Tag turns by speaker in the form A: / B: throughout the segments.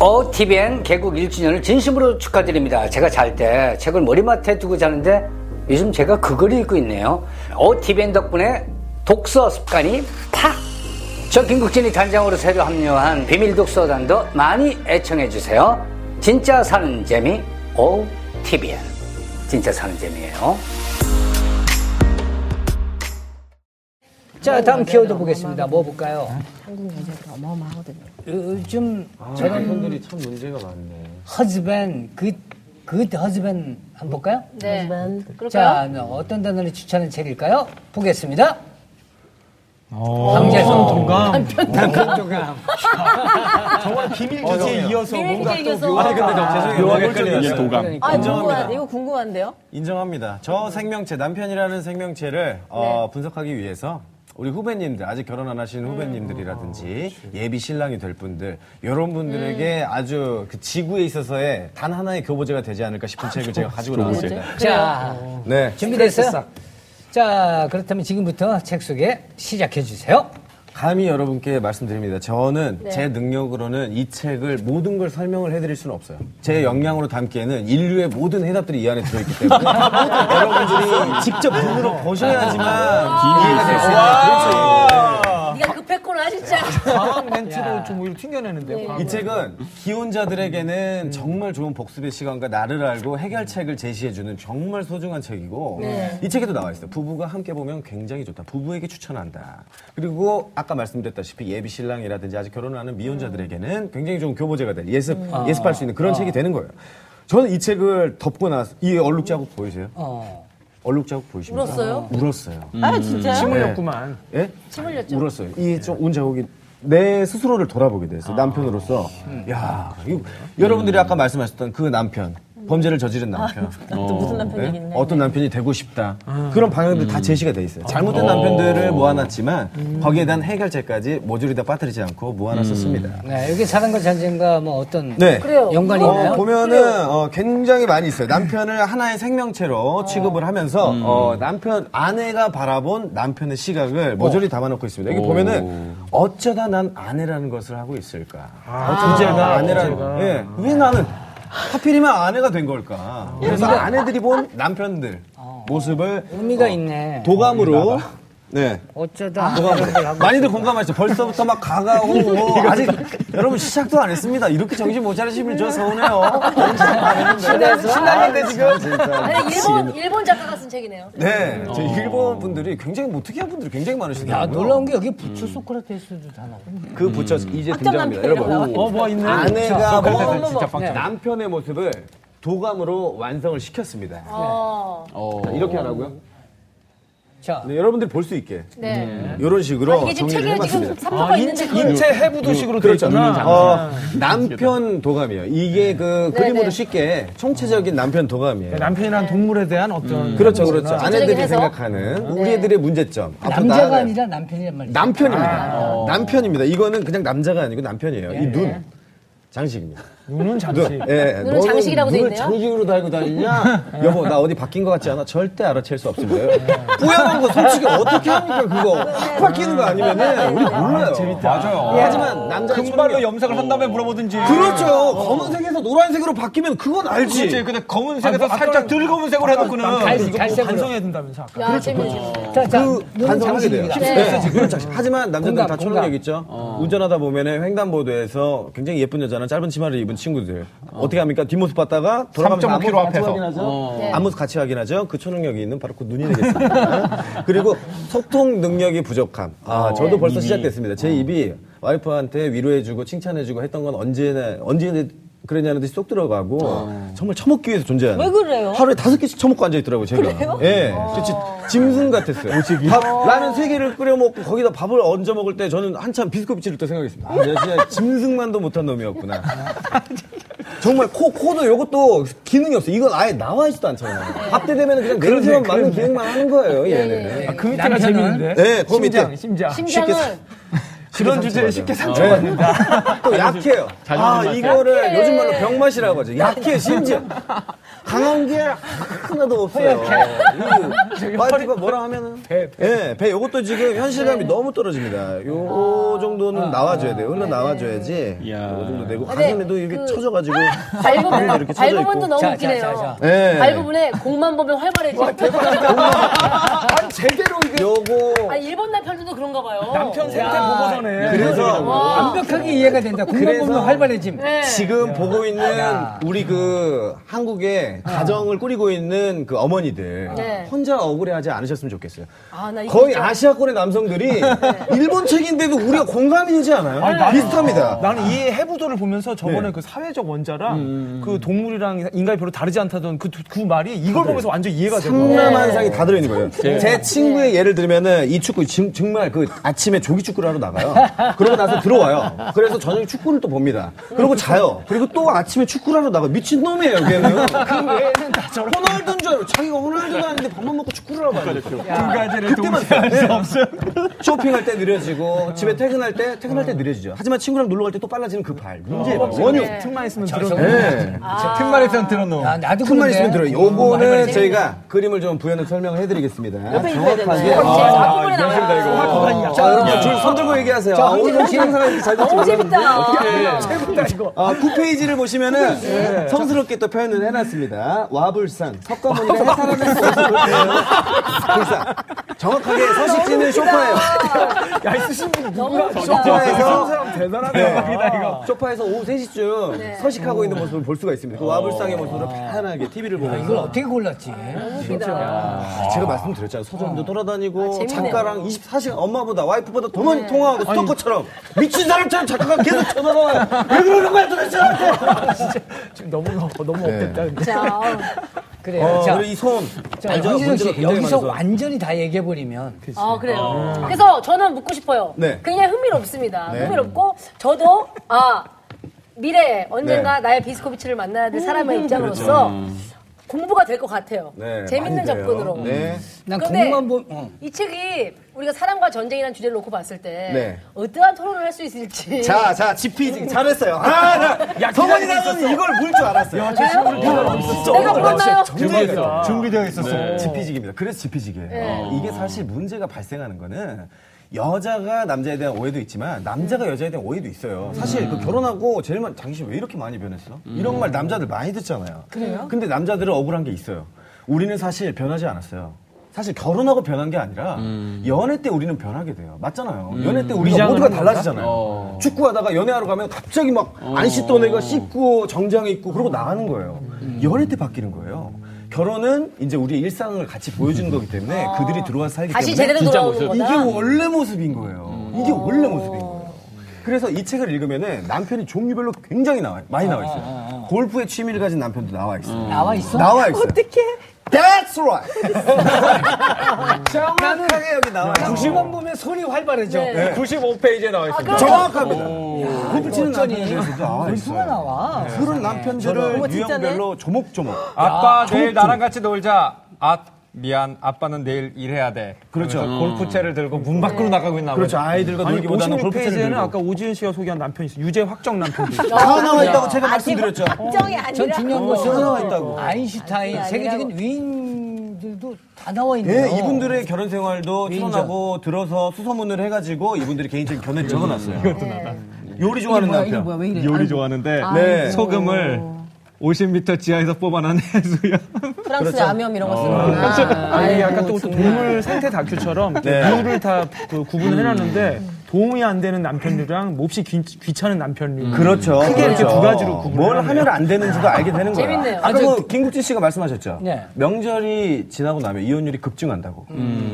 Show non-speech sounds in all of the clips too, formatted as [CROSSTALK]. A: OTBN 어, 개국 1주년을 진심으로 축하드립니다. 제가 잘 때 책을 머리맡에 두고 자는데 요즘 제가 그걸 읽고 있네요. OTBN 덕분에 독서 습관이 팍! 저 김국진이 단장으로 새로 합류한 비밀 독서단도 많이 애청해주세요. 진짜 사는 재미 OTBN. 진짜 사는 재미예요. 자, 다음 키워드 보겠습니다. 뭐 볼까요?
B: 한국 여자들 어마어마하거든요.
A: 요즘
C: 저런
A: 네.
C: 분들이 참 문제가 많네.
A: 허즈밴 그그 허즈밴 한번 볼까요?
D: 네.
B: 하지만
D: 그럴까요?
A: 자, 네, 어떤 단어를 추천한 책일까요? 보겠습니다.
C: 성 어.
A: 황재성
C: 동감.
A: 남편도감.
C: 정말 비밀 주제에 이어서 뭔가
D: 비밀 주제에 네,
C: 또
D: 이어서.
C: 묘하게
D: 아니, 근데
C: 아,
E: 묘하게
C: 꼴찌
E: 끌리는
C: 이어서.
E: 도감.
D: 아,
C: 인정합니다.
D: 궁금한데, 이거 궁금한데요?
C: 인정합니다.
D: 네.
C: 저 생명체 남편이라는 생명체를 어, 분석하기 위해서 우리 후배님들 아직 결혼 안
D: 음.
C: 하신 후배님들이라든지 예비 신랑이 될 분들 이런 분들에게
D: 음.
C: 아주 그 지구에 있어서의 단 하나의 교보제가 되지 않을까 싶은 책을 제가 가지고 나왔습니다.
A: 자,
C: 네.
A: 준비됐어요? 자, 그렇다면 지금부터 책 소개 시작해 주세요.
C: 감히 여러분께 말씀드립니다. 저는 제 능력으로는 이 책을 모든 걸 설명을 해드릴 수는 없어요. 제 역량으로 담기에는 인류의 모든 해답들이 이 안에 들어있기 때문에 여러분들이 직접 눈으로 보셔야지만 이해가 될 수 있는 그런
D: 네가 급했구나,
C: 아,
D: 진짜.
F: 과학 멘트로 좀 오히려
A: 네.
F: 튕겨내는데요. 과학.
C: 책이에요. 이 책은
D: 음.
C: 기혼자들에게는 정말 좋은 복습의 시간과 나를 알고 해결책을 제시해주는 정말 소중한 책이고
D: 네.
C: 이 책에도 나와 있어요. 부부가 함께 보면 굉장히 좋다. 부부에게 추천한다. 그리고 아까 말씀드렸다시피 예비 신랑이라든지 아직 결혼을 하는 미혼자들에게는 굉장히 좋은 교보제가 될 예습
D: 음.
C: 예습할 수 있는
D: 아.
C: 그런 책이 되는 거예요. 저는 이 책을 덮고 나서 이 얼룩 자국 보이세요? 얼룩 자국 보이십니까?
D: 어. 울었어요?
C: 울었어요.
D: 아, 진짜요?
C: 음.
F: 침울렸구만.
C: 예?
D: 침 흘렸죠?
C: 울었어요. 이온 자국이 내 스스로를 돌아보게 돼서 남편으로서 야 이거 여러분들이 아까 말씀하셨던 그 남편 범죄를 저지른 남편
D: 또 무슨 남편
C: 네?
D: 얘기네.
C: 어떤 남편이 되고 싶다 그런 방향들 다 제시가 돼 아. 음. 있어요. 잘못된 남편들을 모아놨지만 거기에 대한 해결책까지 모조리 다 빠뜨리지 않고 모아놨었습니다.
A: 네, 여기 사랑과 전쟁과 뭐 어떤
C: 네.
D: 그래요.
A: 연관이
C: 어,
A: 있나요?
C: 보면은 어, 굉장히 많이 있어요. 남편을 하나의
A: 어.
C: 생명체로 취급을 하면서 어, 남편 아내가 바라본 남편의
A: 어.
C: 시각을 모조리 담아놓고 있습니다. 여기 보면은 어쩌다 난 아내라는 것을 하고 있을까?
A: 아,
C: 어쩌다 아내라는 예. 왜 나는 하필이면 아내가 된 걸까? 그래서 아내들이 본 남편들 모습을
A: 음. 어.
C: 어,
A: 의미가
G: 어.
A: 있네.
C: 도감으로 네.
A: 어쩌다.
G: 아,
C: 많이들 공감하시죠. 벌써부터 막 [LAUGHS] 가가오고 뭐. 아직 여러분 시작도 안 했습니다. 이렇게 정신 못 차리시면 저 서운해요. 신나는데 지금.
D: 아니, 일본, 일본 작가가 쓴 책이네요.
C: 네, 저 일본 분들이 굉장히 뭐 특이한 분들이 굉장히
A: 아,
C: 많으시더라고요.
A: 놀라운 게 여기 부처 소크라테스도 다 나오고.
C: 그 부처 이제 등장합니다. 여러분
F: 어, 뭐가 있네.
C: 아내가 뭐
F: 진짜 빡쳐.
C: 남편의 모습을 도감으로 완성을 시켰습니다.
D: 어.
C: 자, 이렇게
H: 어.
C: 하라고요?
A: 자,
C: 네, 여러분들이 볼 수 있게
D: 네.
C: 이런 식으로
D: 이게 지금
C: 정리를
D: 책에 지금
C: 해봤습니다.
D: 3부가 있는데, 그걸
F: 인체 해부도식으로 돼
C: 그렇죠.
F: 있구나.
C: 어, 남편 도감이에요. 이게 그
D: 네,
C: 그림으로
D: 네.
C: 쉽게 총체적인 남편 도감이에요.
F: 남편이란
A: 네.
F: 동물에 대한 어떤
C: 그렇죠, 그렇죠. 아내들이
D: 해석? 네.
C: 생각하는 우리 애들의 문제점. 앞으로
A: 남자가
C: 나아가야-
A: 아니라 남편이란 말이죠.
C: 남편입니다. 어. 남편입니다. 이거는 그냥 남자가 아니고 남편이에요. 이 눈. 장식입니다.
F: 눈은 잠시.
C: 예, 예.
D: 눈을
C: 너는
D: 장식이라고 돼
C: 눈을
D: 있네요?
C: 장식으로
D: [LAUGHS]
C: 달고 다니냐? 여보, 나 어디 바뀐 것 같지 않아? 절대 알아챌 수 없습니다.
D: 네.
C: 뿌연한 거 솔직히 어떻게 합니까, 그거? 확 바뀌는 거 아니면은 우리 몰라요. 재밌다. 맞아요. 하지만 남자
F: 금발로 염색을 한 다음에 물어보든지.
C: 그렇죠. 검은색에서 노란색으로 바뀌면 그건 알지.
F: 그렇지. 근데 검은색에서
C: 아까-
F: 살짝 들검은색으로 해놓고는
A: 갈색,
F: 이거
A: 갈색으로.
F: 반성해야 된다면서 아까.
D: 야, 재밌네.
F: 그렇죠.
A: 자, 자,
C: 그
A: 눈은
C: 반성하게 돼요.
A: 장식입니다.
C: 네. 그런 장식. 하지만 남자들은
A: 공감,
C: 다
A: 공감.
C: 초능력 있죠.
F: 어.
C: 운전하다 보면은 횡단보도에서 굉장히 예쁜 여자나 짧은 치마를 입은 친구들 어. 떻게 합니까? 뒷모습 봤다가 돌아가면서
F: 3.5
C: 앞모습 같이
F: 앞에서.
C: 확인하죠.
A: 어.
D: 네.
C: 앞모습 같이 확인하죠. 그 초능력이 있는 바로 그 눈이 되겠습니다. [LAUGHS] 그리고 소통 능력이 부족함.
D: 어,
C: 아, 저도
D: 네,
C: 벌써 시작됐습니다. 제 입이 와이프한테 위로해주고 칭찬해주고 했던 건 언제나 언제 그랬냐는 듯이 쏙 들어가고 정말 처먹기 위해서 존재하는.
D: 왜 그래요? 어.
C: 하루에 다섯 개씩 처먹고 앉아 있더라고요, 제가. 예. 진짜 짐승 같았어요. 밥, 라면 세 개를 끓여 먹고 거기다 밥을 얹어 먹을 때 저는 한참 비스코프 찌를 때 생각했습니다. 아, 내가 진짜 짐승만도 못한 놈이었구나. 정말 코, 코도 요것도 기능이 없어요. 이건 아예 나와 있지도 않잖아요. 밥 때 되면 그냥 냄새만 맡는 기능만 하는 아, 거예요, 얘는.
F: 그 밑에가
A: 남편은-
F: 재밌는데.
C: 네, 그 밑에.
F: 심장, 심장.
D: 심장은
H: 그런 주제를 쉽게 상처받는다.
C: 아. [LAUGHS] 또 약해요.
H: [LAUGHS]
F: 자존심
C: 아,
F: 상태.
C: 이거를 요즘 말로 병맛이라고 하죠. 약해, [LAUGHS] 심지어. 강한 게 하나도 없어요. 이 파이프가 뭐라 하면은. 배. 예, 배 요것도 지금 현실감이 너무 떨어집니다. 요 정도는 나와줘야 돼요. 얼른 나와줘야지.
F: 이야.
C: 요 정도 되고.
D: 근데
C: 가슴에도 이렇게
D: 그
C: 쳐져가지고. 손을
D: 발부분,
C: 네, 이렇게 쳐져
D: 발부분도
C: 있고.
D: 너무
G: 자,
D: 웃기네요.
G: 자, 자,
C: 예.
D: 발부분에 공만 보면 활발해지고.
G: 아니, 제대로 이게
C: 요거.
D: 아, 일본 남편들도 그런가 봐요.
H: 남편 생태
C: 아,
H: 보고서네.
C: 그래서
G: 완벽하게 이해가 된다. 국민 보면 활발해짐.
D: 네.
C: 지금 보고 있는 우리 그 한국의 가정을 꾸리고 있는 그 어머니들
D: 네.
C: 혼자 억울해하지 않으셨으면 좋겠어요.
D: 아, 나 이거
C: 거의
D: 진짜-
C: 아시아권의 남성들이 일본 책인데도 우리가 공감이지 않아요?
H: 아니, 나는-
C: 비슷합니다.
H: 나는 이 해부도를 보면서 저번에
C: 네.
H: 그 사회적 원자랑
A: 음,
H: 그 동물이랑 인간이 별로 다르지 않다던 그, 두- 그 말이 이걸
C: 네.
H: 보면서 완전 이해가 되고
C: 상남한상이 다 들어있는 거예요.
H: 네.
C: 제 친구의 예를 들면은 이 축구 진- 정말 그 아침에 조기 축구를 하러 나가요. 그러고 나서 들어와요. 그래서 저녁에 축구를 또 봅니다. 그리고 자요. 그리고 또 아침에 축구를 하러 나가. 미친 놈이에요,
H: [LAUGHS]
C: 걔는.
H: 얘는 그 다 저런
C: 호날두인 줄 알고 자기가 호날두도 아닌데 밥만 먹고 축구를 하러 가요.
H: 두 가지를
C: 그때만
H: 동시에
C: 네. 쇼핑할 때 느려지고 집에 퇴근할 때 퇴근할 때 느려지죠. 하지만 친구랑 놀러 갈 때 또 빨라지는 그 발. 문제예요.
H: 어,
C: 원유.
H: 네. 틈만 있으면
G: 저기-
H: 들어.
C: 네.
H: 틈만 있으면 들어놓.
G: 아, 나도
C: 큰말
G: 그런데.
C: 있으면 들어요. 요거는 저희가 그림을 좀 부연을 설명을 해드리겠습니다. 정확하게.
D: 아,
C: 아,
D: 진짜 앞부분에 나와요.
C: 자, 여러분, 줄손 들고 얘기하세요. 아, 오늘 항상 이렇게 잘
D: 너무 재밌다.
C: 아, 9페이지를 보시면은 성스럽게 또 표현을 해놨습니다. 와불상. 석가모니가 해산하는 [LAUGHS] 불상. 정확하게 서식지는 쇼파예요.
D: 너무
C: 아,
D: 웃기다.
C: 쇼파에서
H: 대단하네요.
C: 소파에서 오후 3시쯤
D: 네.
C: 서식하고 있는 모습을 볼 수가 있습니다. 그 와불상의 모습으로 편안하게 TV를 보면서
G: 이걸 어떻게 골랐지?
D: 아,
G: 어.
C: 아, 제가 말씀드렸잖아요. 서점도 돌아다니고
D: 재밌네요. 네.
C: 작가랑 24시간 엄마보다 와이프보다 더 많이 통화하고 스토커처럼 미친 사람처럼 작가가 계속 쳐다봐요. 왜 그러는 거야 도대체 나한테.
H: 지금 너무
C: 네.
H: 너무 업됐다. 근데.
D: 자,
G: 그래요.
C: 어,
G: 자,
C: 그리고 아, 이 손.
G: 자,
C: 알죠?
G: 황진영
C: 문제가
G: 씨,
C: 굉장히
G: 여기서
C: 많아서.
G: 완전히 다 얘기해버리면.
D: 아, 그래요. 그래서 저는 묻고 싶어요.
C: 네.
D: 굉장히 흥미롭습니다.
C: 네.
D: 흥미롭고, 저도, 아, 미래에 언젠가
C: 네.
D: 나의 비스코비치를 만나야 될 사람의 입장으로서
G: 그렇죠.
D: 공부가 될 것 같아요.
C: 음. 네,
D: 재밌는
C: 많이 돼요.
D: 접근으로.
C: 네.
G: 난
D: 근데-
G: 공만 보면. 어.
D: 이 책이 우리가 사랑과 전쟁이라는 주제를 놓고 봤을 때
C: 네.
D: 어떠한 토론을 할 수 있을지
C: 자, 자, GP 잘했어요. 아, [LAUGHS] 나 성원이라면 이걸 물 줄 알았어요.
H: 아,
D: 내가 불렀나요?
C: 준비되어 네. 준비되어 있었어. 지피직입니다. 그래서 지피직이에요. 이게 사실 문제가 발생하는 거는 여자가 남자에 대한 오해도 있지만 남자가 여자에 대한 오해도 있어요. 사실 그 결혼하고 제일 많이 당신 왜 이렇게 많이 변했어?
H: 음.
C: 이런 말 남자들 많이 듣잖아요. 그래요? 근데 남자들은 억울한 게 있어요. 우리는 사실 변하지 않았어요. 사실 결혼하고 변한 게 아니라 연애 때 우리는 변하게 돼요. 맞잖아요. 연애 때 우리가
H: 음. 위장을
C: 모두가
H: 하는 건가?
C: 달라지잖아요. 축구하다가 연애하러 가면 갑자기 막 안 씻던 애가 씻고 정장 입고 그러고 나가는 거예요. 연애 때 바뀌는 거예요. 결혼은 이제 우리의 일상을 같이 보여주는 거기 때문에 그들이 들어와서 살기
D: 다시
C: 때문에
D: 제대로
F: 진짜
D: 돌아오는
F: 모습.
D: 거다.
C: 이게 원래 모습인 거예요. 이게 원래 모습인 거예요. 그래서 이 책을 읽으면 남편이 종류별로 굉장히 나와, 많이 나와 있어요. 골프의 취미를 가진 남편도 나와 있어요.
G: 나와 있어?
C: 나와 있어요. 어떻게? That's right. 정확하게 여기 나와 있어요.
G: 90만 보면 손이 활발해져.
D: 네.
H: 95페이지에 나와 있습니다.
C: 정확합니다. 골프 치는
G: 어쩌니?
C: 남편들에서도 나와
G: 수가
C: 있어요.
G: 나와.
C: 그런 남편들을 유형별로 조목조목.
I: 아빠 내일 나랑 같이 놀자. 아 미안 아빠는 내일 일해야 돼.
C: 그렇죠.
I: 그러면서 골프채를 들고 문 밖으로 나가고 있나
C: 그렇죠.
I: 보죠.
C: 아이들과
H: 아니
C: 놀기보다는 골프채를
H: 56페이지에는
C: 들고.
H: 아까 오지은 씨가 소개한 남편이 있어요. 유죄 확정 남편도 있어요.
C: 다 나와 있다고 제가 말씀드렸죠.
J: 걱정이
G: 전
J: 아니라
G: 중요한
C: 나와
G: 것은
C: 있다고.
G: 아인슈타인, 세계적인 위인들도 다 나와 있네요.
C: 예, 이분들의 결혼 생활도
G: 위인전.
C: 추론하고 들어서 수소문을 해가지고 이분들이 개인적인 견해를 적어놨어요. 이것도 나다. 요리 좋아하는
J: 뭐야, 이거
C: 남편.
J: 뭐야 왜 이래
F: 요리 좋아하는데
C: 네.
F: 소금을 50m 지하에서 뽑아낸 해수야.
J: 프랑스
C: 그렇죠.
J: 라면 이런 거
C: 어.
J: 쓰는 거구나
H: 그렇죠. 아니 약간 또, 또 동물 생태 다큐처럼
C: 네. 음.
H: 이유를 다 그 구분을 해놨는데 도움이 안 되는 남편류랑 몹시 귀, 귀찮은 남편류.
C: 그렇죠.
H: 크게 이렇게
C: 그렇죠.
H: 두 가지로 구분을
C: 뭘
H: 하네요.
C: 하면 안 되는지도 알게 되는 거예요.
D: 재밌네요.
C: 아까
G: 아, 저-
C: 그 김국진 씨가 말씀하셨죠.
G: 네.
C: 명절이 지나고 나면 이혼율이 급증한다고.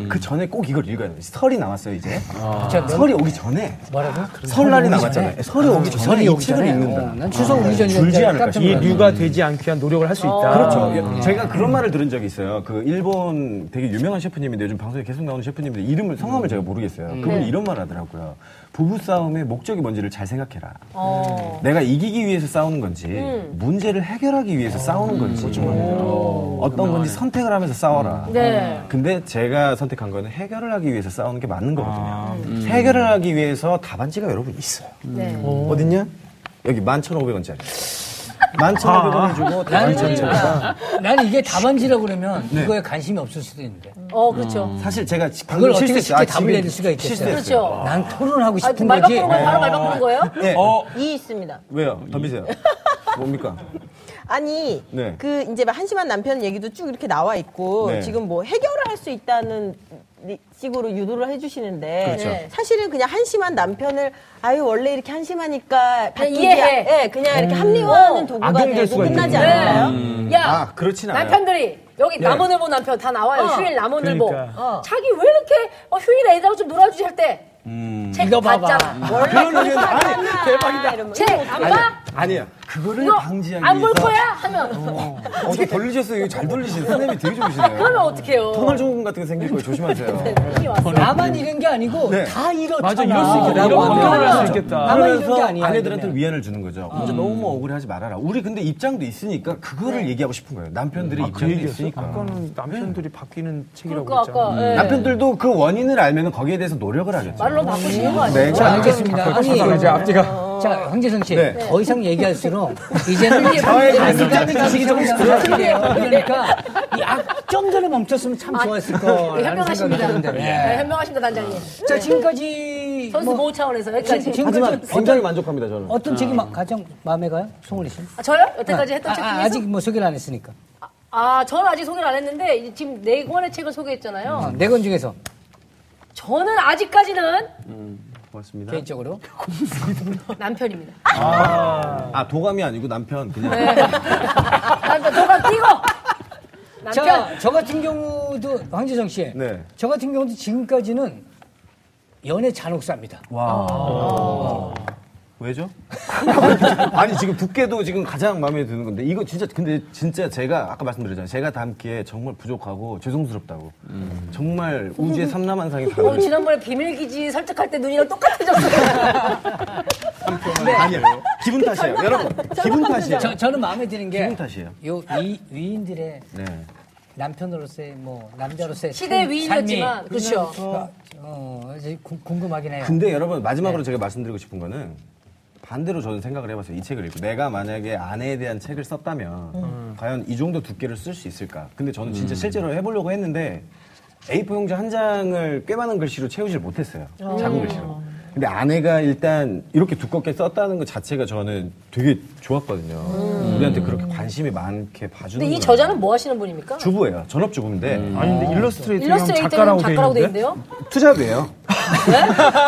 C: 그 전에 꼭 이걸 읽어야 돼요. 설이 남았어요, 이제.
G: 진짜 명-
C: 설이 오기 전에. 아,
G: 뭐라고?
C: 설날이 남았잖아요. 설이 오기 전에
G: 설이
C: 이
G: 오기 전에
C: 책을 읽는다. 아,
G: 어, 난 추석 오기 전에
C: 줄지 않을까
G: 깜짝
H: 이
G: 놀랐네.
H: 류가 되지 않기 위한 노력을 할 수 있다.
C: 음. 그렇죠. 제가 그런 말을 들은 적이 있어요. 그 일본 되게 유명한 셰프님인데 요즘 방송에 계속 나오는 셰프님인데 이름을 성함을 제가 모르겠어요. 그분이 이런 말 하더라고요. 있어요. 부부 싸움의 목적이 뭔지를 잘 생각해라.
D: 어.
C: 내가 이기기 위해서 싸우는 건지
G: 음.
C: 문제를 해결하기 위해서 싸우는 건지
G: 그렇죠,
C: 어, 어떤 건지 선택을 하면서 싸워라.
G: 음.
D: 네.
C: 근데 제가 선택한 거는 해결을 하기 위해서 싸우는 게 맞는 거거든요.
G: 아, 음.
C: 음. 해결을 하기 위해서 답안지가 여러분 있어요.
D: 네.
G: 음.
C: 어딨냐? 여기 11,500원짜리.
G: 아.
C: 11,500원을 주고 답안지 전체가
G: 나는 이게 답안지라고 그러면
C: 네.
G: 이거에 관심이 없을 수도 있는데.
D: 어, 그렇죠.
G: 음.
C: 사실 제가 지-
G: 그걸
C: 방금
G: 어떻게 쉽게
C: 실수했어요. 아,
G: 답을
C: 집에
G: 내릴 수가 있겠어요.
C: 실수했어요.
D: 그렇죠.
G: 난 토론하고
D: 아,
G: 싶은
D: 말
G: 거지. 아.
D: 바꾸는 거예요? 바로 말 바꾸는 거예요?
C: 네.
J: 이 있습니다.
C: 왜요?
G: [LAUGHS]
C: 덤비세요. 뭡니까?
J: 아니
C: 네.
J: 그 이제 막 한심한 남편 얘기도 쭉 이렇게 나와 있고
C: 네.
J: 지금 뭐 해결을 할 수 있다는 리- 식으로 유도를 해주시는데
C: 그렇죠.
D: 네.
J: 사실은 그냥 한심한 남편을 아유 원래 이렇게 한심하니까 바뀌기
D: 네, 이해해.
J: 아- 예, 그냥 이렇게 합리화하는
D: 어.
J: 도구가
H: 악용될
J: 되고
H: 수가
J: 끝나지
H: 있는 거예요.
J: 않아요?
D: 야,
C: 아, 그렇진 않아요. 예.
D: 남편들이 여기 남원을보 남편 다 나와요. 휴일 남원을보.
H: 그러니까.
D: 자기 왜 이렇게 어, 휴일 애들하고 좀 놀아주지 할 때.
C: 음.
D: 책
G: 이거 봐봐.
D: 봤잖아.
C: 그런 의견 아니 대박이다.
D: 책안 봐?
C: 아니야. 그거를
G: 뭐,
D: 이거
C: 방지하기
D: 안 볼
C: 위해서
D: 거야? 하면
C: 어떻게 돌리셨어요? 이거 잘 돌리시네. 선생님이 되게 좋으시네요.
D: 그러면 어떡해요?
C: 터널 증후군 같은 거 생길 거예요. 조심하세요.
D: 이게 왔어.
G: 나만 잃은 게 아니고
C: 네.
G: 다 잃었잖아.
H: 맞아, 이럴 수
C: 그렇죠.
H: 있겠다.
G: 라고
H: 이런
G: 하면
H: 방법을 할수 있겠다.
G: 나만 잃은 게
C: 그래서
G: 아니야.
C: 아내들한테
G: 이러면.
C: 위안을 주는 거죠. 혼자 너무 뭐 억울해하지 말아라. 우리 근데 입장도 있으니까 그거를 얘기하고 싶은 거예요. 남편들의 입장도 있으니까.
H: 아까는 네. 남편들이 바뀌는 책이라고
D: 그러니까
H: 했잖아.
D: 아까 예.
C: 남편들도 그 원인을 알면 거기에 대해서 노력을 하겠죠.
D: 말로 바꾸시는 거 아니에요?
C: 네,
G: 자,
C: 자,
G: 알겠습니다.
I: 아, 이제 앞뒤가
G: 자, 황재성 씨,
C: 네.
G: 더 이상 얘기할수록 이제는
C: 저의
G: 이제는
C: 가슴
G: 지식이 좀 부족해요. 그러니까 이 악점 전에 멈췄으면 참
D: 아, 네,
G: 좋았을 거.
D: 현명하십니다. 네, 현명하십니다, 단장님.
G: 자, 지금까지
D: 선수
G: 뭐
D: 보호 차원에서 여기까지.
G: 지금까지
C: 굉장히 만족합니다, 저는.
G: 어떤 책이 막 가장 마음에 가요? 송울리 씨?
D: 아, 저요? 여태까지 했던
G: 아,
D: 책
G: 아,
D: 중에서?
G: 아직 뭐 소개를 안 했으니까.
D: 아, 저는 아직 소개를 안 했는데 이제 지금 네 권의 책을 소개했잖아요.
G: 어, 네권 중에서
D: 저는 아직까지는
C: 고맙습니다.
G: 개인적으로
D: 남편입니다.
C: 아, 도감이 아니고 남편. 그냥.
D: 남편 도감 뛰고. 남편.
G: 자, 저 같은 경우도 황재성 씨.
C: 네.
G: 저 같은 경우도 지금까지는 연애 잔혹사입니다.
C: 아, 왜죠? [LAUGHS] 아니 지금 두께도 지금 가장 마음에 드는 건데 이거 진짜 근데 진짜 제가 아까 말씀드렸잖아요. 제가 담기에 정말 부족하고 죄송스럽다고 정말 우주의 삼남한상이 다
D: 오늘 어, 지난번에 비밀기지 설득할 때 눈이랑 똑같아졌어요.
C: 아니에요. 기분 탓이에요, 여러분. 기분 탓이에요.
G: 저, 저는 마음에 드는 게
C: 기분 탓이에요.
G: 요 위, 위인들의
C: 네.
G: 남편으로서의 뭐 남자로서의
D: 시대의
I: 음,
G: 삶-
D: 위인이었지만,
G: 삶이
D: 그렇죠.
G: 어, 이제 궁- 궁금하긴 해요.
C: 근데 여러분 마지막으로 제가 말씀드리고 싶은 거는 반대로 저는 생각을 해봤어요. 이 책을 읽고 내가 만약에 아내에 대한 책을 썼다면 과연 이 정도 두께를 쓸 수 있을까? 근데 저는 진짜 실제로 해보려고 했는데 A4 용지 한 장을 꽤 많은 글씨로 채우질 못했어요. 작은 글씨로. 근데 아내가 일단 이렇게 두껍게 썼다는 것 자체가 저는 되게 좋았거든요. 우리한테 그렇게 관심이 많게 봐주는.
D: 근데 이
C: 거라고.
D: 저자는 뭐 하시는 분입니까?
C: 주부예요. 전업주부인데
H: 아니 근데 일러스트레이터랑
D: 일러스트레이터는
H: 작가라고 돼
D: 작가라고 돼
H: 있는데.
D: 있는데요?
C: 투잡이에요.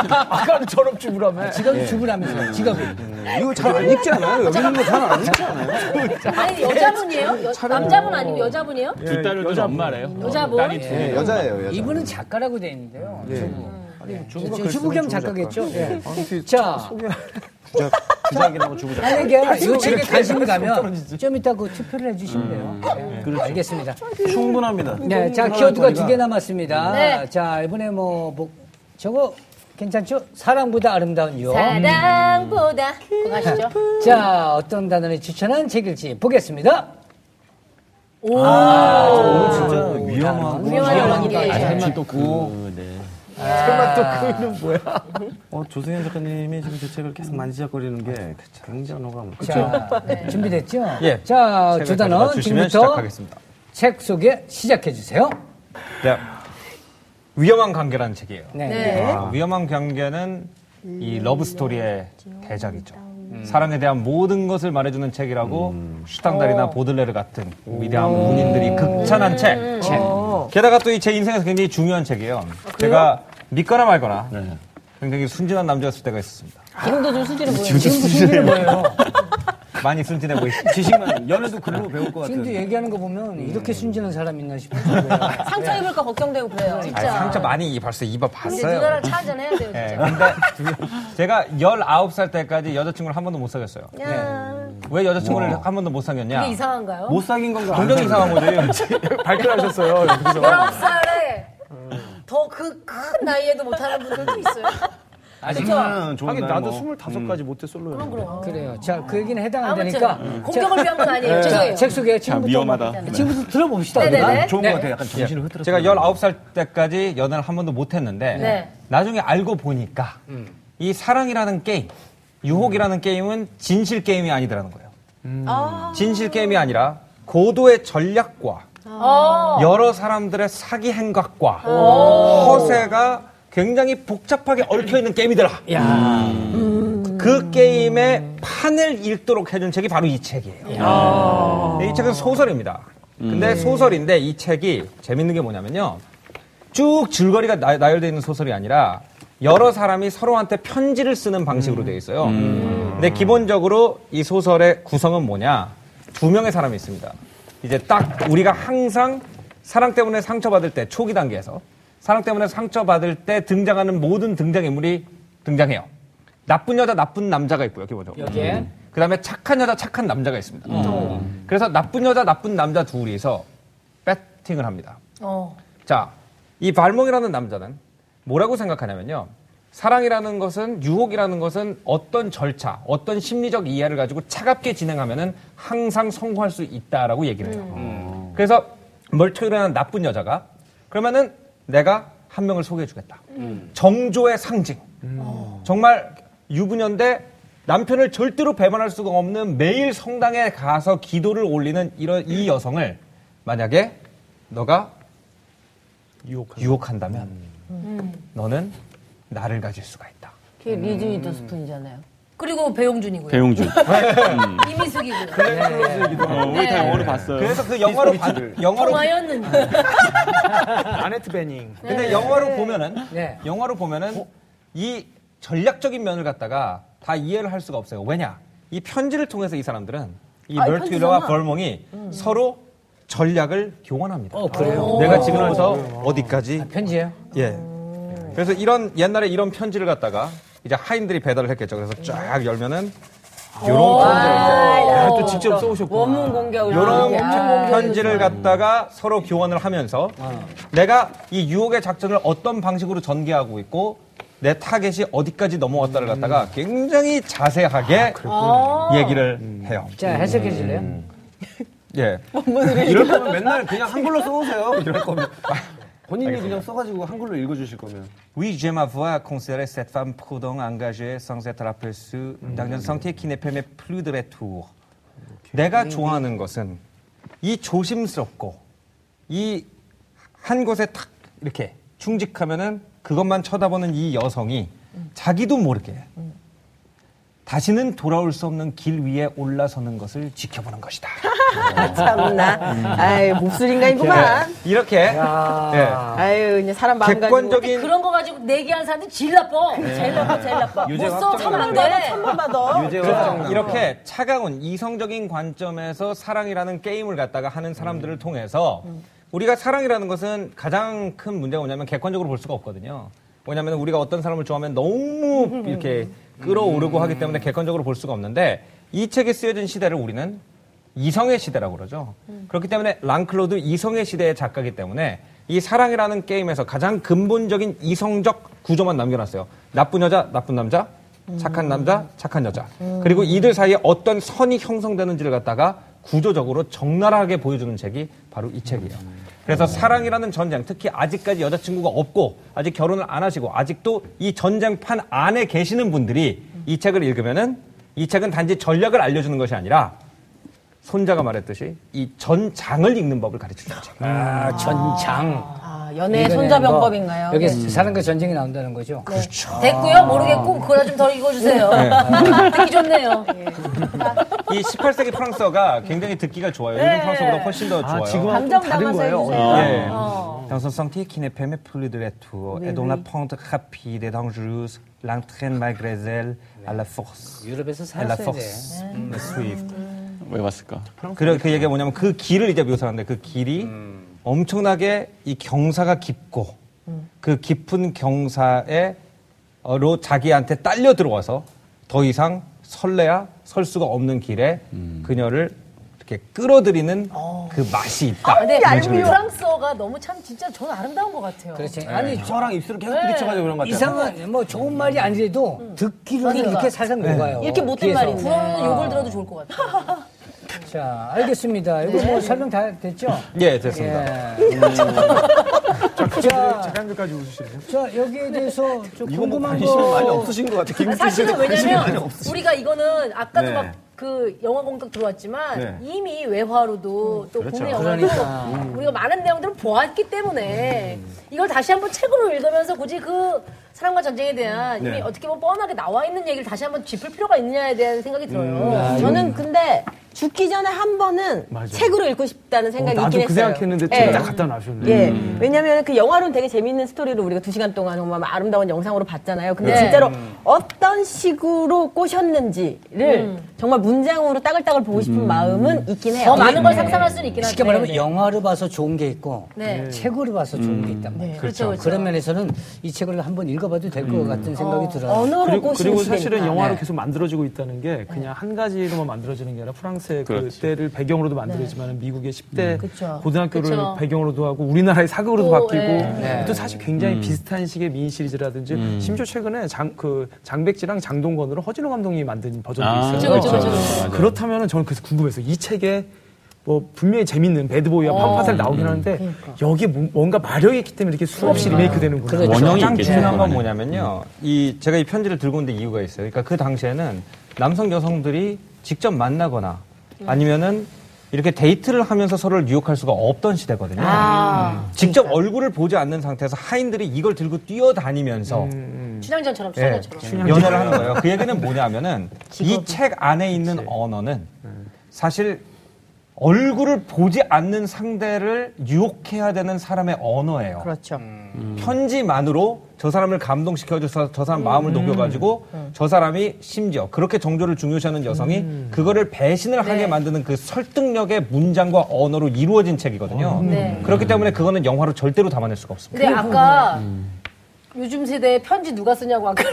H: 아까는 전업주부라며.
G: 직업이
C: 예. 음.
G: 주부라면서 직업이
C: 네, 이거 잘 안 읽지 않아요? 여기 있는 거 잘 안 읽지 않아요?
I: [LAUGHS]
D: 아니, 여자분이에요? 여- 남자분 아니고
I: 어.
D: 여자분이에요?
H: 예,
D: 어,
K: 두 딸을 둔 엄마래요.
D: 여자분?
C: 네, 여자예요, 여자. 음. 예.
G: 이분은 작가라고 돼 있는데요. 주부. 예. 주부 겸 작가겠죠. 예. 자,
C: 주작이라고 주부작.
G: 만약에 요책에
C: [LAUGHS]
G: 관심이 가면 좀 이따 그 투표를 해주시면 돼요.
C: 음.
G: 예.
C: 그렇죠.
G: 알겠습니다.
C: 충분합니다.
G: 네, 자 키워드가 두 개 남았습니다.
D: 네.
G: 자 이번에 뭐, 뭐 저거 괜찮죠? 사랑보다 아름다운
I: 어.
G: 유혹.
D: 사랑보다. 그거 아시죠?
I: 음.
G: 자 어떤 단어를 추천한 책일지 보겠습니다.
C: 오늘 진짜 위험하고
D: 유명한
I: 아,
D: 연예인.
C: 어, 조승현 작가님이 지금 제 책을 계속 만지작거리는 게 굉장히 호감.
G: 자 준비됐죠?
I: 예.
G: 자두 단어
I: 주시면
G: 지금부터
I: 시작하겠습니다.
G: 책 소개 시작해 주세요.
I: 네. 위험한 관계라는 책이에요.
G: 네.
I: 아, 위험한 관계는 이 러브 스토리의 대작이죠. 사랑에 대한 모든 것을 말해주는 책이라고 슈탕달이나 보들레르 같은 위대한 문인들이 극찬한 책. 게다가 또 이 제 인생에서 굉장히 중요한 책이에요. 네. 제가 믿거나 말거나 굉장히 순진한 남자였을 때가 있었습니다.
J: 지금도 좀 수지를 보여.
G: 지금도
C: [LAUGHS]
G: 준비를 뭐예요?
I: 많이 순진해 보이시죠?
C: 지식만 연애도 글로 배울 것
G: 지금도
I: 네.
C: 같은.
G: 얘기하는 거 보면 이렇게 순진한 사람 있나
I: [LAUGHS]
G: 싶어요. 네.
J: 상처 입을까 걱정되고 그래요.
I: 아, 상처 많이 벌써
D: 이제
I: 입어봤어요.
D: 누나랑 차 한잔 해야 돼요,
I: 예,
D: 진짜.
I: 근데 제가 19살 때까지 여자친구를 한 번도 못 사귀었어요. 왜 여자친구를 한 번도 못 사귀었냐?
D: 이게 이상한가요?
C: 못 사귄 건가?
I: 굉장히 이상한 거지. 발끈하셨어요.
D: 19살에 더 그 큰 나이에도 못하는 분들도 있어요.
H: 아직은
C: 좋은
H: 하긴
C: 날
H: 나도
C: 뭐.
H: 25까지 못해 솔로였어.
D: 그럼 그럼.
G: 그래요. 자, 그 얘기는 해당 안
D: 아무튼 음.
G: 되니까. 음. 네.
D: 공격을 위한 건 아니에요.
G: 자,
D: 죄송해요.
G: 책 소개 지금부터.
F: 위험하다.
G: 지금부터 들어봅시다.
D: 네네네.
G: 우리가.
C: 좋은 것 같아요. 약간 정신을 흐트러.
I: 제가 19살 때까지 연애를 한 번도 못 했는데
D: 네.
I: 나중에 알고 보니까 이 사랑이라는 게임, 유혹이라는 게임은 진실 게임이 아니더라는 거예요.
J: 아.
I: 진실 게임이 아니라 고도의 전략과
D: 어.
I: 여러 사람들의 사기 행각과 허세가 굉장히 복잡하게 얽혀 있는 게임이더라.
G: 야,
I: 그 게임의 판을 읽도록 해준 책이 바로 이 책이에요. 이 책은 소설입니다. 근데 소설인데 이 책이 재밌는 게 뭐냐면요. 쭉 줄거리가 나, 열되어 있는 소설이 아니라 여러 사람이 서로한테 편지를 쓰는 방식으로 되어 있어요. 근데 기본적으로 이 소설의 구성은 뭐냐? 두 명의 사람이 있습니다. 이제 딱 우리가 항상 사랑 때문에 상처받을 때 초기 단계에서 사랑 때문에 상처받을 때 등장하는 모든 등장인물이 등장해요. 나쁜 여자, 나쁜 남자가 있고요, 기본적으로.
G: 여기에.
I: 그 다음에 착한 여자, 착한 남자가 있습니다. 음. 그래서 나쁜 여자, 나쁜 남자 둘이서 배팅을 합니다.
D: 어.
I: 자, 이 발몽이라는 남자는 뭐라고 생각하냐면요. 사랑이라는 것은 유혹이라는 것은 어떤 절차, 어떤 심리적 이해를 가지고 차갑게 진행하면은 항상 성공할 수 있다라고 얘기를 해요. 음. 그래서 멀쩡이라는 나쁜 여자가 그러면은 내가 한 명을 소개해 주겠다. 정조의 상징. 정말 유부녀인데 남편을 절대로 배반할 수가 없는 매일 성당에 가서 기도를 올리는 이런 이 여성을 만약에 너가 유혹한다. 면 너는 나를 가질 수가 있다.
J: 그게 리즈 위더 스푼이잖아요.
D: 그리고 배용준이고요. [LAUGHS] 네. 음.
F: 배용준.
D: 이미숙이고요.
F: 어, 우리 다 영어로 봤어요.
I: 그래서 그 영화로 봐- 영화로
D: 영화였는데.
H: 아네트 베닝.
I: 근데 영화로 보면은
G: 네.
I: 영화로 보면은 이 전략적인 면을 갖다가 다 이해를 할 수가 없어요. 왜냐? 이 편지를 통해서 이 사람들은 이
D: 아,
I: 멀티유라와
D: 편지잖아.
I: 벌몽이 서로 전략을 교환합니다.
G: 음.
I: 아,
G: 어, 그래요. 아,
I: 내가 지금부터 어디까지
G: 편지예요
I: 예. 그래서 이런 옛날에 이런 편지를 갖다가 이제 하인들이 배달을 했겠죠. 그래서 쫙 열면은
G: 어,
D: 아, 네.
H: 야, 또 직접 써오셨고.
J: 원문 공격을.
I: 요런
J: 이렇게.
I: 편지를 갖다가 서로 교환을 하면서 내가 이 유혹의 작전을 어떤 방식으로 전개하고 있고 내 타겟이 어디까지 넘어왔다를 갖다가 굉장히 자세하게 얘기를 해요.
G: 자, 해석해 줄래요?
I: 음. 예.
C: 이럴 거면 맨날 그냥 한글로 써오세요. 이럴 거면. 본인이 그냥 써가지고 한글로 읽어주실 거면.
I: Oui, je m'avoue considérer cette femme prudente, engagée, sans être aperçue, dans une santé qui ne permet plus de retour. 내가 좋아하는 것은 이 조심스럽고 이 한 곳에 탁 이렇게 충직하면은 그것만 쳐다보는 이 여성이 자기도 모르게 다시는 돌아올 수 없는 길 위에 올라서는 것을 지켜보는 것이다.
J: 아, 참나. 아유, 몹쓸 인간이구만.
I: 네, 이렇게 네.
J: 아유, 이제 사람 마음 가지고.
I: 객관적인
D: 그런 거 가지고 내기한 사람들 제일 나빠.
G: 네.
D: 제일 나빠, 제일 나빠.
G: [LAUGHS]
D: 못 써, 천만 대.
J: 천만 받아.
I: 그래서 이렇게 차가운 이성적인 관점에서 사랑이라는 게임을 갖다가 하는 사람들을 통해서 우리가 사랑이라는 것은 가장 큰 문제가 뭐냐면 객관적으로 볼 수가 없거든요. 왜냐하면 우리가 어떤 사람을 좋아하면 너무 이렇게 끌어오르고 하기 때문에 객관적으로 볼 수가 없는데 이 책에 쓰여진 시대를 우리는 이성의 시대라고 그러죠. 그렇기 때문에 랑클로드 이성의 시대의 작가이기 때문에 이 사랑이라는 게임에서 가장 근본적인 이성적 구조만 남겨놨어요. 나쁜 여자, 나쁜 남자, 착한 남자, 착한 여자. 그리고 이들 사이에 어떤 선이 형성되는지를 갖다가 구조적으로 적나라하게 보여주는 책이 바로 이 책이에요. 그래서 사랑이라는 전쟁, 특히 아직까지 여자친구가 없고 아직 결혼을 안 하시고 아직도 이 전쟁판 안에 계시는 분들이 이 책을 읽으면은 이 책은 단지 전략을 알려주는 것이 아니라 손자가 말했듯이 이 전장을 읽는 법을 가르쳐주는 책.
G: 아, 전장.
J: 아, 연애 손자병법인가요?
G: 여기
I: 네.
G: 아. 사랑과 전쟁이 나온다는 거죠.
D: 됐고요. 모르겠고 그거나 좀 더 읽어주세요.
G: 네.
D: [LAUGHS] 듣기 좋네요.
G: 예.
I: 이 18세기 프랑스어가 굉장히 듣기가 좋아요. 요즘 프랑스어보다 훨씬 더 좋아요.
J: 감정 담아서 해주세요.
I: 예.
D: 어.
I: Dans un sentier qui ne permet plus de retour, et dont la pente rapide et dangereuse l'entraîne malgré elle à la force.
G: 네. 유럽에서
I: À la
G: 살았어야 돼. 음.
I: force. The swift.
F: 왜 왔을까?
I: 그, 그 얘기가 뭐냐면 그 길을 이제 묘사하는데 그 길이
G: 음.
I: 엄청나게 이 경사가 깊고
D: 음.
I: 그 깊은 경사에 어,로 자기한테 딸려 들어와서 더 이상 설레야 설 수가 없는
F: 음.
I: 길에 그녀를 이렇게 끌어들이는 그 맛이 있다.
D: 아, 근데
I: 이런 식으로.
D: 프랑스어가 대화가 너무 참 진짜 저는 아름다운 것 같아요.
G: 그렇지.
C: 아니 혀랑 입술을 계속 부딪혀가지고 그런 것 같아요.
G: 이상한 뭐 좋은 말이 아니래도 듣기로는 음. 이렇게 살살 녹아요.
J: 이렇게 못된
G: 귀에서. 네.
J: 말인데.
D: 그런 욕을 들어도 좋을 것 같아요.
G: 자, 알겠습니다. 이거 뭐 설명 다 됐죠?
I: 예, 됐습니다.
G: 예.
F: 작가님들까지 웃으시네요.
G: 자, 여기에 대해서 좀
C: 이거 뭐
G: 궁금한
C: 관심 많이
G: 거.
C: 없으신 것 같아요. 김
D: 사실은 왜냐면 우리가 이거는 아까도
C: 네.
D: 막 그 영화 공격 들어왔지만
C: 네.
D: 이미 외화로도 또
C: 그렇죠.
D: 국내 영화도
G: 그러니까.
D: 우리가 많은 내용들을 보았기 때문에
C: 음.
D: 이걸 다시 한번 책으로 읽으면서 굳이 그 사랑과 전쟁에 대한 이미
C: 네.
D: 어떻게 보면 뻔하게 나와 있는 얘기를 다시 한번 짚을 필요가 있느냐에 대한 생각이
C: 음,
D: 들어요.
C: 아,
J: 저는 근데 죽기 전에 한 번은 책으로 읽고 싶다는 생각이 있긴
F: 나도 그
J: 했어요.
F: 생각했는데
J: 예.
F: 진짜 갖다 놔주셨네.
J: 예.
L: 음.
J: 왜냐면 그 영화로는 되게 재밌는 스토리를 우리가 두 시간 동안 정말 아름다운 영상으로 봤잖아요. 근데
D: 네.
J: 진짜로
L: 음.
J: 어떤 식으로 꼬셨는지를 정말 문장으로 따글따글 보고 싶은 마음은 있긴 해요.
D: 더 많은
C: 네.
D: 걸 상상할 수는 있긴 한데.
G: 쉽게 말하면
D: 네.
G: 영화를 봐서 좋은 게 있고 음. 네,
D: 네.
G: 책으로 봐서 좋은 게 있단 말이에요.
D: 그렇죠, 그렇죠.
G: 런 면에서는 이 책을 한번 읽어봐도 될 것 같은 생각이 들어요.
J: 언어로
F: 그리고,
J: 꼬시는
F: 그리고
J: 시대니까.
F: 사실은 영화로
G: 네.
F: 계속 만들어지고 있다는 게
D: 네.
F: 그냥 한 가지로만 만들어지는 게 아니라 프랑스의 그 때를 배경으로도 만들어지만 은 미국의 10대
D: 네. 음, 그쵸.
F: 고등학교를
D: 그쵸.
F: 배경으로도 하고 우리나라의 사극으로도
D: 오,
F: 바뀌고
D: 네.
F: 또 사실 굉장히 비슷한 식의 미인 시리즈라든지 심지어 최근에 장, 그 장백지랑 장동건으로 허진호 감독이 만든 버전도 있어요.
D: 그쵸, 그쵸, 그쵸,
F: 그렇다면 저는 그래서 궁금해서 이 책에 뭐 분명히 재밌는 배드보이와
D: 어.
F: 팡파살 나오긴 하는데
D: 그러니까.
F: 여기에 뭐- 뭔가 마력이 있기 때문에 이렇게
D: 음.
F: 수없이 리메이크 되는구나.
I: 원형이 가장
K: 있겠죠,
I: 중요한 건
K: 그거는.
I: 뭐냐면요. 이 제가 이 편지를 들고 온 데 이유가 있어요. 그러니까 그 당시에는 남성 여성들이 직접 만나거나 아니면은 이렇게 데이트를 하면서 서로를 유혹할 수가 없던 시대거든요. 음. 직접 얼굴을 보지 않는 상태에서 하인들이 이걸 들고 뛰어다니면서
D: 춘향전처럼
C: 네.
I: 예,
D: 춘향전처럼.
I: 연애를 하는 거예요. 그 얘기는 뭐냐면은 이 책 안에 있는 언어는 사실 얼굴을 보지 않는 상대를 유혹해야 되는 사람의 언어예요.
J: 그렇죠.
I: 음. 편지만으로 저 사람을 감동시켜줘서 저 사람 마음을 녹여가지고 저 사람이 심지어 그렇게 정조를 중요시하는 여성이 그거를 배신을 하게 만드는 그 설득력의 문장과 언어로 이루어진 책이거든요.
D: 네. 음.
I: 그렇기 때문에 그거는 영화로 절대로 담아낼 수가 없습니다.
D: 근데 아까
C: 음.
D: 요즘 세대에 편지 누가 쓰냐고
C: [LAUGHS]
D: 아까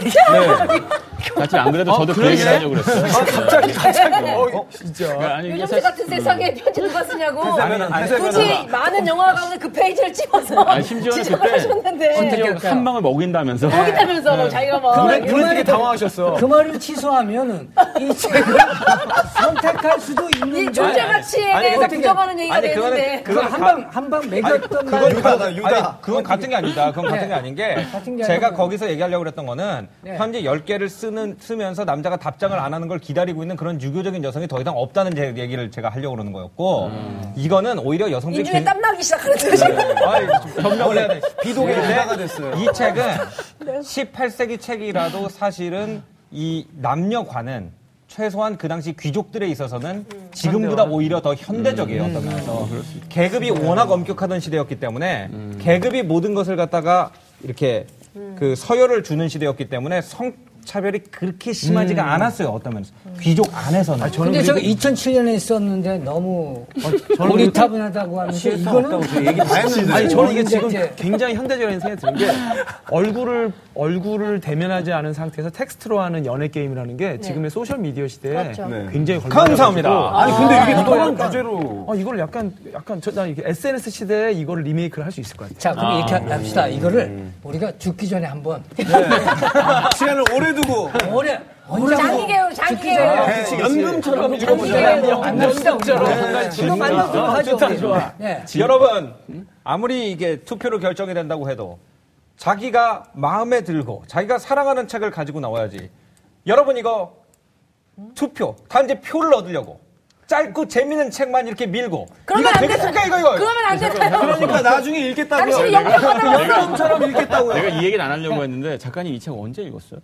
K: 사실 안 그래도 저도 그 얘기를 하려고 그랬어요. 갑자기, 갑자기. 아니, 이게
D: 요즘
K: 사실,
D: 같은 세상에 편지 누가 쓰냐고
I: 아니,
D: 굳이 많은 영화 가운데 그 페이지를 찍어서
K: 아니, 심지어는
D: 지적을
K: 그때
D: 하셨는데
G: 그러니까
K: 심지어 한 방을 먹인다면서.
D: 거기다면서 뭐 자기가 막
G: 그 말을
H: 당황하셨어.
G: 그 말을 취소하면 이 책을 [LAUGHS] 선택할 수도
D: 이
G: 있는
D: 존재가치에
I: 아니,
D: 대해서
I: 근데
D: 부정하는 얘기가
I: 음. 아니, 그거는
D: 되는데
I: 그건
G: 그걸 한방 한 방 매겼던 말.
C: 그건 유다다, 유다.
I: 아니, 그건 같은 게 아니다. 그건 같은 게 아닌 게
G: 같은 게
I: 제가
G: 아니고요.
I: 거기서 얘기하려고 그랬던 거는
G: 네.
I: 현재 10개를 쓰는 쓰면서 남자가 답장을 안 하는 걸 기다리고 있는 그런 유교적인 여성이 더 이상 없다는 제 얘기를 제가 하려고 그러는 거였고 이거는 오히려 여성들이
D: 인중에
I: 굉장히-
D: 땀 나기 시작하는데 지금
I: 아이, 좀 변명을 해야 돼.
C: 비독의 유다가
I: 비독인데
C: 됐어요.
I: 네. 이 책은 네. 18세기 책이라도 사실은 이 남녀관은 최소한 그 당시 귀족들에 있어서는 지금보다 오히려 더 현대적이에요. 음. 어떤 면에서 계급이 워낙 엄격하던 시대였기 때문에 계급이 모든 것을 갖다가 이렇게 그 서열을 주는 시대였기 때문에 성 차별이 그렇게 심하지가 않았어요. 어떤 면에서 귀족 안에서는.
G: 근데 저 2007년에 썼는데 너무
F: 어,
C: 아,
G: 고리타분하다고 하면서 이거는
C: 얘기 다 했는데.
F: 아니 저는 이게 지금
G: 문제지.
F: 굉장히 현대적인 생각이 드는 게 얼굴을 얼굴을 대면하지 않은 상태에서 텍스트로 하는 연애 게임이라는
D: 네.
F: 게 지금의 소셜 미디어 시대에
D: 그렇죠.
C: 네.
F: 굉장히 걸맞
I: 감사합니다.
C: 아니 근데 이게 또한 주제로
F: 아 이걸 약간 약간 저나 이게 SNS 시대에 이걸 리메이크를 할 수 있을 것 같아요.
G: 자, 그럼 이렇게
C: 네.
G: 합시다. 이거를
C: 음.
G: 우리가 죽기 전에 한번
C: 시간을 오래 두고
G: 오래 오래 하고
D: 장기계요 장기계요
C: 연금처럼
D: 장기계요
G: 만납시다. 우리로 이거 네. 만나서 하죠. 우리. 네.
I: 여러분
K: 음?
I: 아무리 이게 투표로 결정이 된다고 해도 자기가 마음에 들고 자기가 사랑하는 책을 가지고 나와야지 여러분 이거 투표 단지 표를 얻으려고 짧고 재밌는 책만 이렇게 밀고
D: 그러면
I: 이거
D: 안
I: 되겠습니까
D: 된다
I: 이거 이거
D: 그러면 안 된다
C: 그러니까 나중에 읽겠다고요.
D: 당신이 영감
C: 연금처럼 읽겠다고요.
K: 내가 이 얘기를 안 하려고 했는데 작가님 이 책 언제 읽었어요?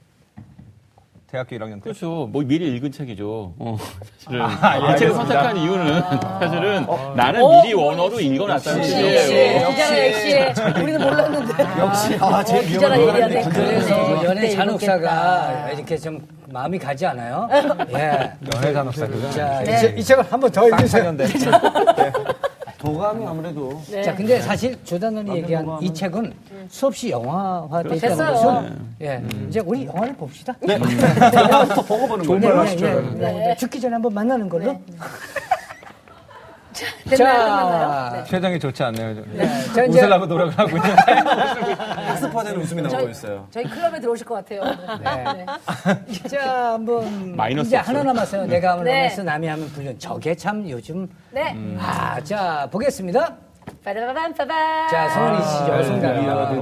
I: 대학교 1학년 때 아,
K: 그렇죠. 뭐 미리 읽은 책이죠. 어, 사실은 이 책을 선택한 이유는
D: 아.
K: 사실은 나는 미리 원어로 읽어놨다는
I: 네,
K: 뜻이에요.
D: 기자가 역시 우리는 몰랐는데 어,
C: 역시 아제
D: 기자가 얘기해야 돼
G: 그래서 연애
D: 그때
G: 잔혹사가 이렇게 좀 마음이 가지 않아요? 예.
I: 연애 산업사 그거
G: 자, 이 책- 이 책을 한번
D: 어,
G: 더 읽으세요.
I: 학년대
C: 도감이 아무래도
G: 자, 근데 사실 조단원이 얘기한 이 책은 수없이 영화화되어 있다는
D: 됐어요.
G: 것은
C: 네.
G: 예,
C: 음.
G: 이제 우리 영화를 봅시다. [LAUGHS]
C: 영화부터 네. 보고 보는 거예요.
G: 네, 네, 네. 죽기 전에 한번 만나는 걸로.
D: 됐나요? 끝났나요? 네.
I: [LAUGHS] 표정이 좋지 않네요. 좀.
G: 자, 이제
I: 웃으려고 노력을 하고 있는데.
C: 학습화되는 웃음이 나오고
D: 저희-
C: 있어요.
D: 저희 클럽에 들어오실 것 같아요. 오늘. 네.
G: 자, 한번
K: 마이너스
G: 뭐, 음, 이제
K: 없어요.
G: 하나 남았어요. 내가 하면
D: 네.
G: 하면서 남이 하면 불륜. 저게 참 요즘
D: 네.
G: 아, 자, 보겠습니다.
D: 빠바밤 빠밤.
G: 자,
K: 아.
G: 성원이 씨죠. 순간.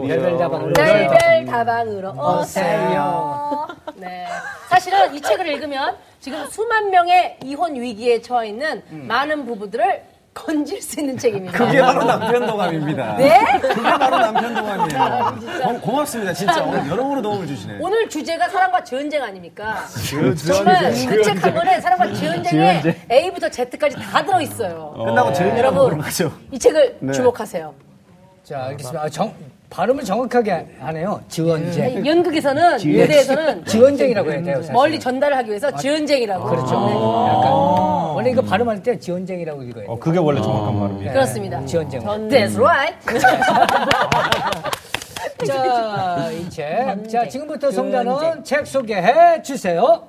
G: 별별 다방으로.
D: 별별 다방으로
G: 네. 오세요.
D: 오세요. 네. 사실은 이 책을 읽으면 지금 수만 명의 이혼 위기에 처해 있는
G: 음.
D: 많은 부부들을 건질 수 있는 책입니다.
C: 그게 바로 남편 동감입니다.
D: 네? 아,
C: 그게 바로 남편 동감이에요. 어,
D: 진짜. 아, 네.
C: 고- 고맙습니다. 진짜 오늘 여러모로 도움을 주시네.
D: 오늘 주제가 사랑과 전쟁 아닙니까? 정말 그책 한권에 사랑과 전쟁에 A부터 Z까지 다 들어있어요.
C: 끝나고 재미랑 뭐
D: 여러분.
C: 보러 가죠.
D: 이 책을
G: 네.
D: 주목하세요.
G: 자, 알겠습니다. 아, 정, 발음을 정확하게 하네요. 지원쟁.
D: 연극에서는 무대에서는
G: 지원쟁이라고 해야 돼요. 사실은.
D: 멀리 전달을 하기 위해서 전쟁이라고
G: 그렇죠. 약간
K: 아.
G: 원래 이거 발음할 때 지원쟁이라고 읽어야 돼요.
I: 어, 그게 원래 정확한 말입니다.
D: 네. 그렇습니다.
G: 아, 네. 지원쟁.
D: That's right.
G: 자, 이 책. 자, 지금부터 성단은 책 소개해 주세요.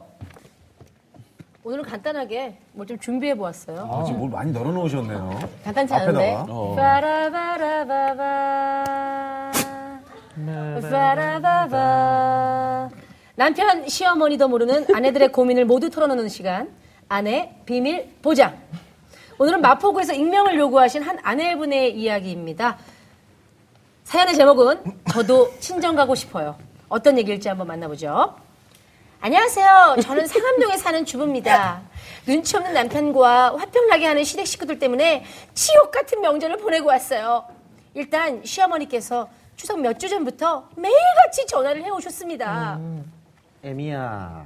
D: 오늘은 간단하게 뭘 좀 준비해 보았어요.
C: 아, 지금 뭘 많이 널어놓으셨네요. 어.
D: 간단치
C: 앞에
D: 않은데.
C: 나와?
D: 바라바라바바. 바라바바. 남편 시어머니도 모르는 아내들의 고민을 모두 털어놓는 시간. 아내 비밀 보장. 오늘은 마포구에서 익명을 요구하신 한 아내분의 이야기입니다. 사연의 제목은 저도 친정 가고 싶어요. 어떤 얘기일지 한번 만나보죠. 안녕하세요. 저는 상암동에 사는 주부입니다. 눈치 없는 남편과 화평나게 하는 시댁 식구들 때문에 치욕 같은 명절을 보내고 왔어요. 일단 시어머니께서 추석 몇 주 전부터 매일같이 전화를 해오셨습니다.
L: 애미야,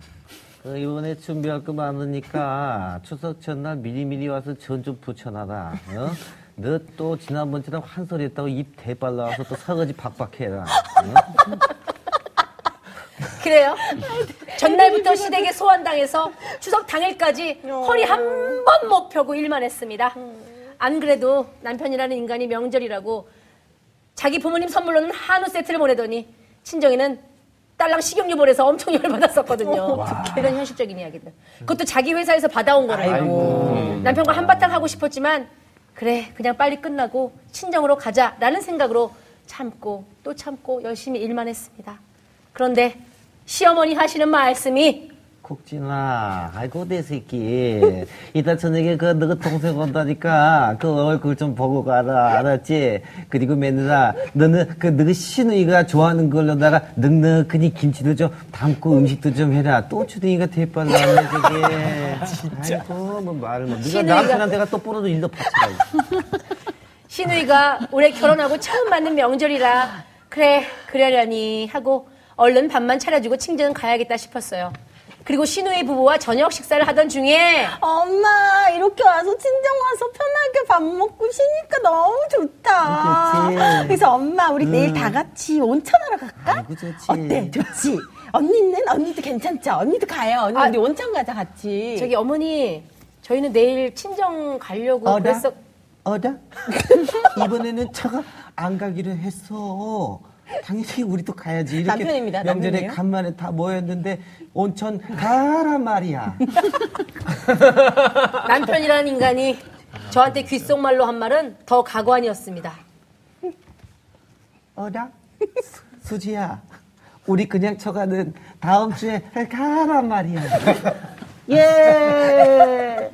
L: 그 이번에 준비할 거 많으니까 추석 전날 미리미리 와서 전 좀 붙여놔라. 어? 너 또 지난번처럼 한 소리 했다고 입 대빨 나와서 또 사거지 박박해라.
D: 그래요? 네. 전날부터 시댁에 소환당해서 추석 당일까지 허리 한 번 못 펴고 일만 했습니다. 안 그래도 남편이라는 인간이 명절이라고 자기 부모님 선물로는 한우 세트를 보내더니 친정에는 딸랑 식용유 보내서 엄청 열받았었거든요. 이런 현실적인 이야기들. 그것도 자기 회사에서 음. 받아온 거를 알고 남편과 한바탕 하고 싶었지만 그래 그냥 빨리 끝나고 친정으로 가자라는 생각으로 참고 또 참고 열심히 일만 했습니다. 그런데 시어머니 하시는 말씀이
L: 콕진아, 아이고 내 새끼. 이따 저녁에 그 너가 동생 온다니까 그 얼굴 좀 보고 가라, 알았지? 그리고 며느라, 너는 그 너가 시누이가 좋아하는 걸로다가 넉넉하니 김치도 좀 담고 음식도 좀 해라. 또 주둥이가 대빨 나네
D: [LAUGHS]
L: 저게. 아이고 뭐 말을 뭐. 네가
D: 시누이가-
L: 남편한테가 또 뿌려도 일도 받쳐라.
D: 시누이가 올해 결혼하고 처음 맞는 명절이라 그래 그러려니 하고 얼른 밥만 차려주고 친정 가야겠다 싶었어요. 그리고 시누이 부부와 저녁 식사를 하던 중에
J: 예. 엄마 이렇게 와서 친정 와서 편하게 밥 먹고 쉬니까 너무 좋다.
L: 그치.
J: 래서 엄마 우리 내일 다 같이 온천하러 갈까?
L: 음. 아이고, 좋지.
J: 어때? 좋지. 언니는 언니도 괜찮죠? 언니도 가요. 언니
D: 아,
J: 우리 온천 가자 같이.
D: 저기 어머니 저희는 내일 친정 가려고
L: 어라?
D: 그랬어.
L: 어라? 이번에는 차가 안 가기로 했어. 당연히 우리도 가야지. 이렇게
J: 남편입니다,
L: 명절에
J: 남편이에요?
L: 간만에 다 모였는데 온천 가라 말이야.
D: 남편이라는 인간이 저한테 귓속말로 한 말은 더 가관이었습니다.
L: 어라? 수- 수지야. 우리 그냥 쳐가는 다음 주에 가라 말이야. 예.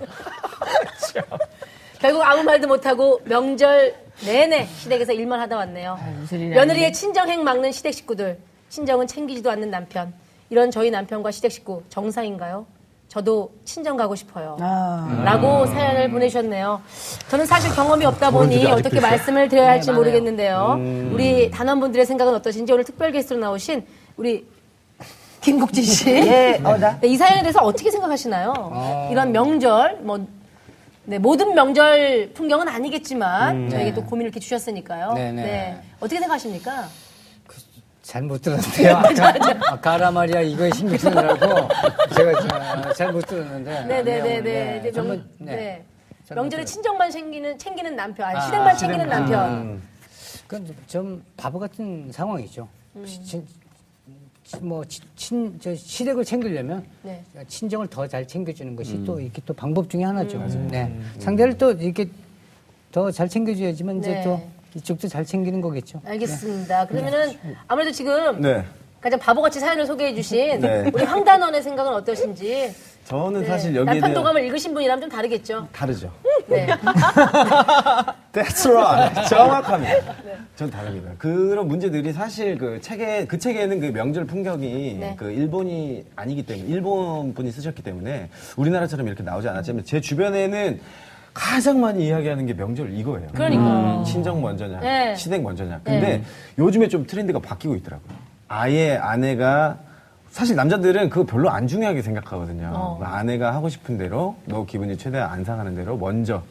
D: 결국 아무 말도 못하고 명절 내내 시댁에서 아, 일만 하다 왔네요. 며느리의 친정행 막는 시댁 식구들, 친정은 챙기지도 않는 남편. 이런 저희 남편과 시댁 식구 정상인가요? 저도 친정 가고 싶어요. 라고 사연을 보내셨네요. 저는 사실 경험이 없다 보니 어떻게 말씀을 드려야 할지 모르겠는데요. 우리 단원분들의 생각은 어떠신지 오늘 특별 게스트로 나오신 우리 김국진 씨.
L: 예, 어라?
D: 네, 이 사연에 대해서 어떻게 생각하시나요? 이런 명절, 뭐, 네, 모든 명절 풍경은 아니겠지만, 저에게 또 고민을 이렇게 주셨으니까요.
G: 네네.
D: 어떻게 생각하십니까?
G: 잘
D: [LAUGHS]
G: 못 들었는데요. 아까, 아까 라 말이야 이거에 신경 쓰느라고 제가 잘 못 들었는데.
D: 네네네네.
G: 네,
D: 이제 명,
G: 전부, 네.
D: 네.
G: 전부
D: 명절에
G: 들어요.
D: 친정만 챙기는, 챙기는 남편, 아니, 시댁만 챙기는 남편.
G: 그건 좀- 좀 바보 같은 상황이죠.
D: 음.
G: 시- 친, 친- 뭐, 친- 친, 저 시댁을 챙기려면
D: 네. 음.
G: 친정을 더 잘 챙겨주는 것이 또 이렇게 또 방법 중에 하나죠. 네. 상대를 또 이렇게 더 잘 챙겨줘야지만 이제
D: 네.
G: 또 이쪽도 잘 챙기는 거겠죠.
D: 알겠습니다. 그러면은 아무래도 지금
C: 네.
D: 가장 바보같이 사연을 소개해 주신
C: 네.
D: 우리 황단원의 생각은 어떠신지
C: 저는 사실
D: 네.
C: 여기에
D: 남편
C: 대한
D: 도감을 읽으신 분이라면 좀 다르겠죠.
C: 다르죠.
D: 네.
C: That's right. 정확합니다. 전 다릅니다. 그런 문제들이 사실 그 책에 그 책에는 그 명절 풍경이
D: 네.
C: 그 일본이 아니기 때문에 일본 분이 쓰셨기 때문에 우리나라처럼 이렇게 나오지 않았지만 제 주변에는 가장 많이 이야기하는 게 명절 이거예요. 음.
D: 그러니까요.
C: 친정 먼저냐,
D: 어. 네.
C: 시댁 먼저냐. 근데 요즘에 좀 트렌드가 바뀌고 있더라고요. 아예 아내가 사실 남자들은 그거 별로 안 중요하게 생각하거든요.
D: 어.
C: 뭐 아내가 하고 싶은 대로 너 기분이 최대한 안 상하는 대로 먼저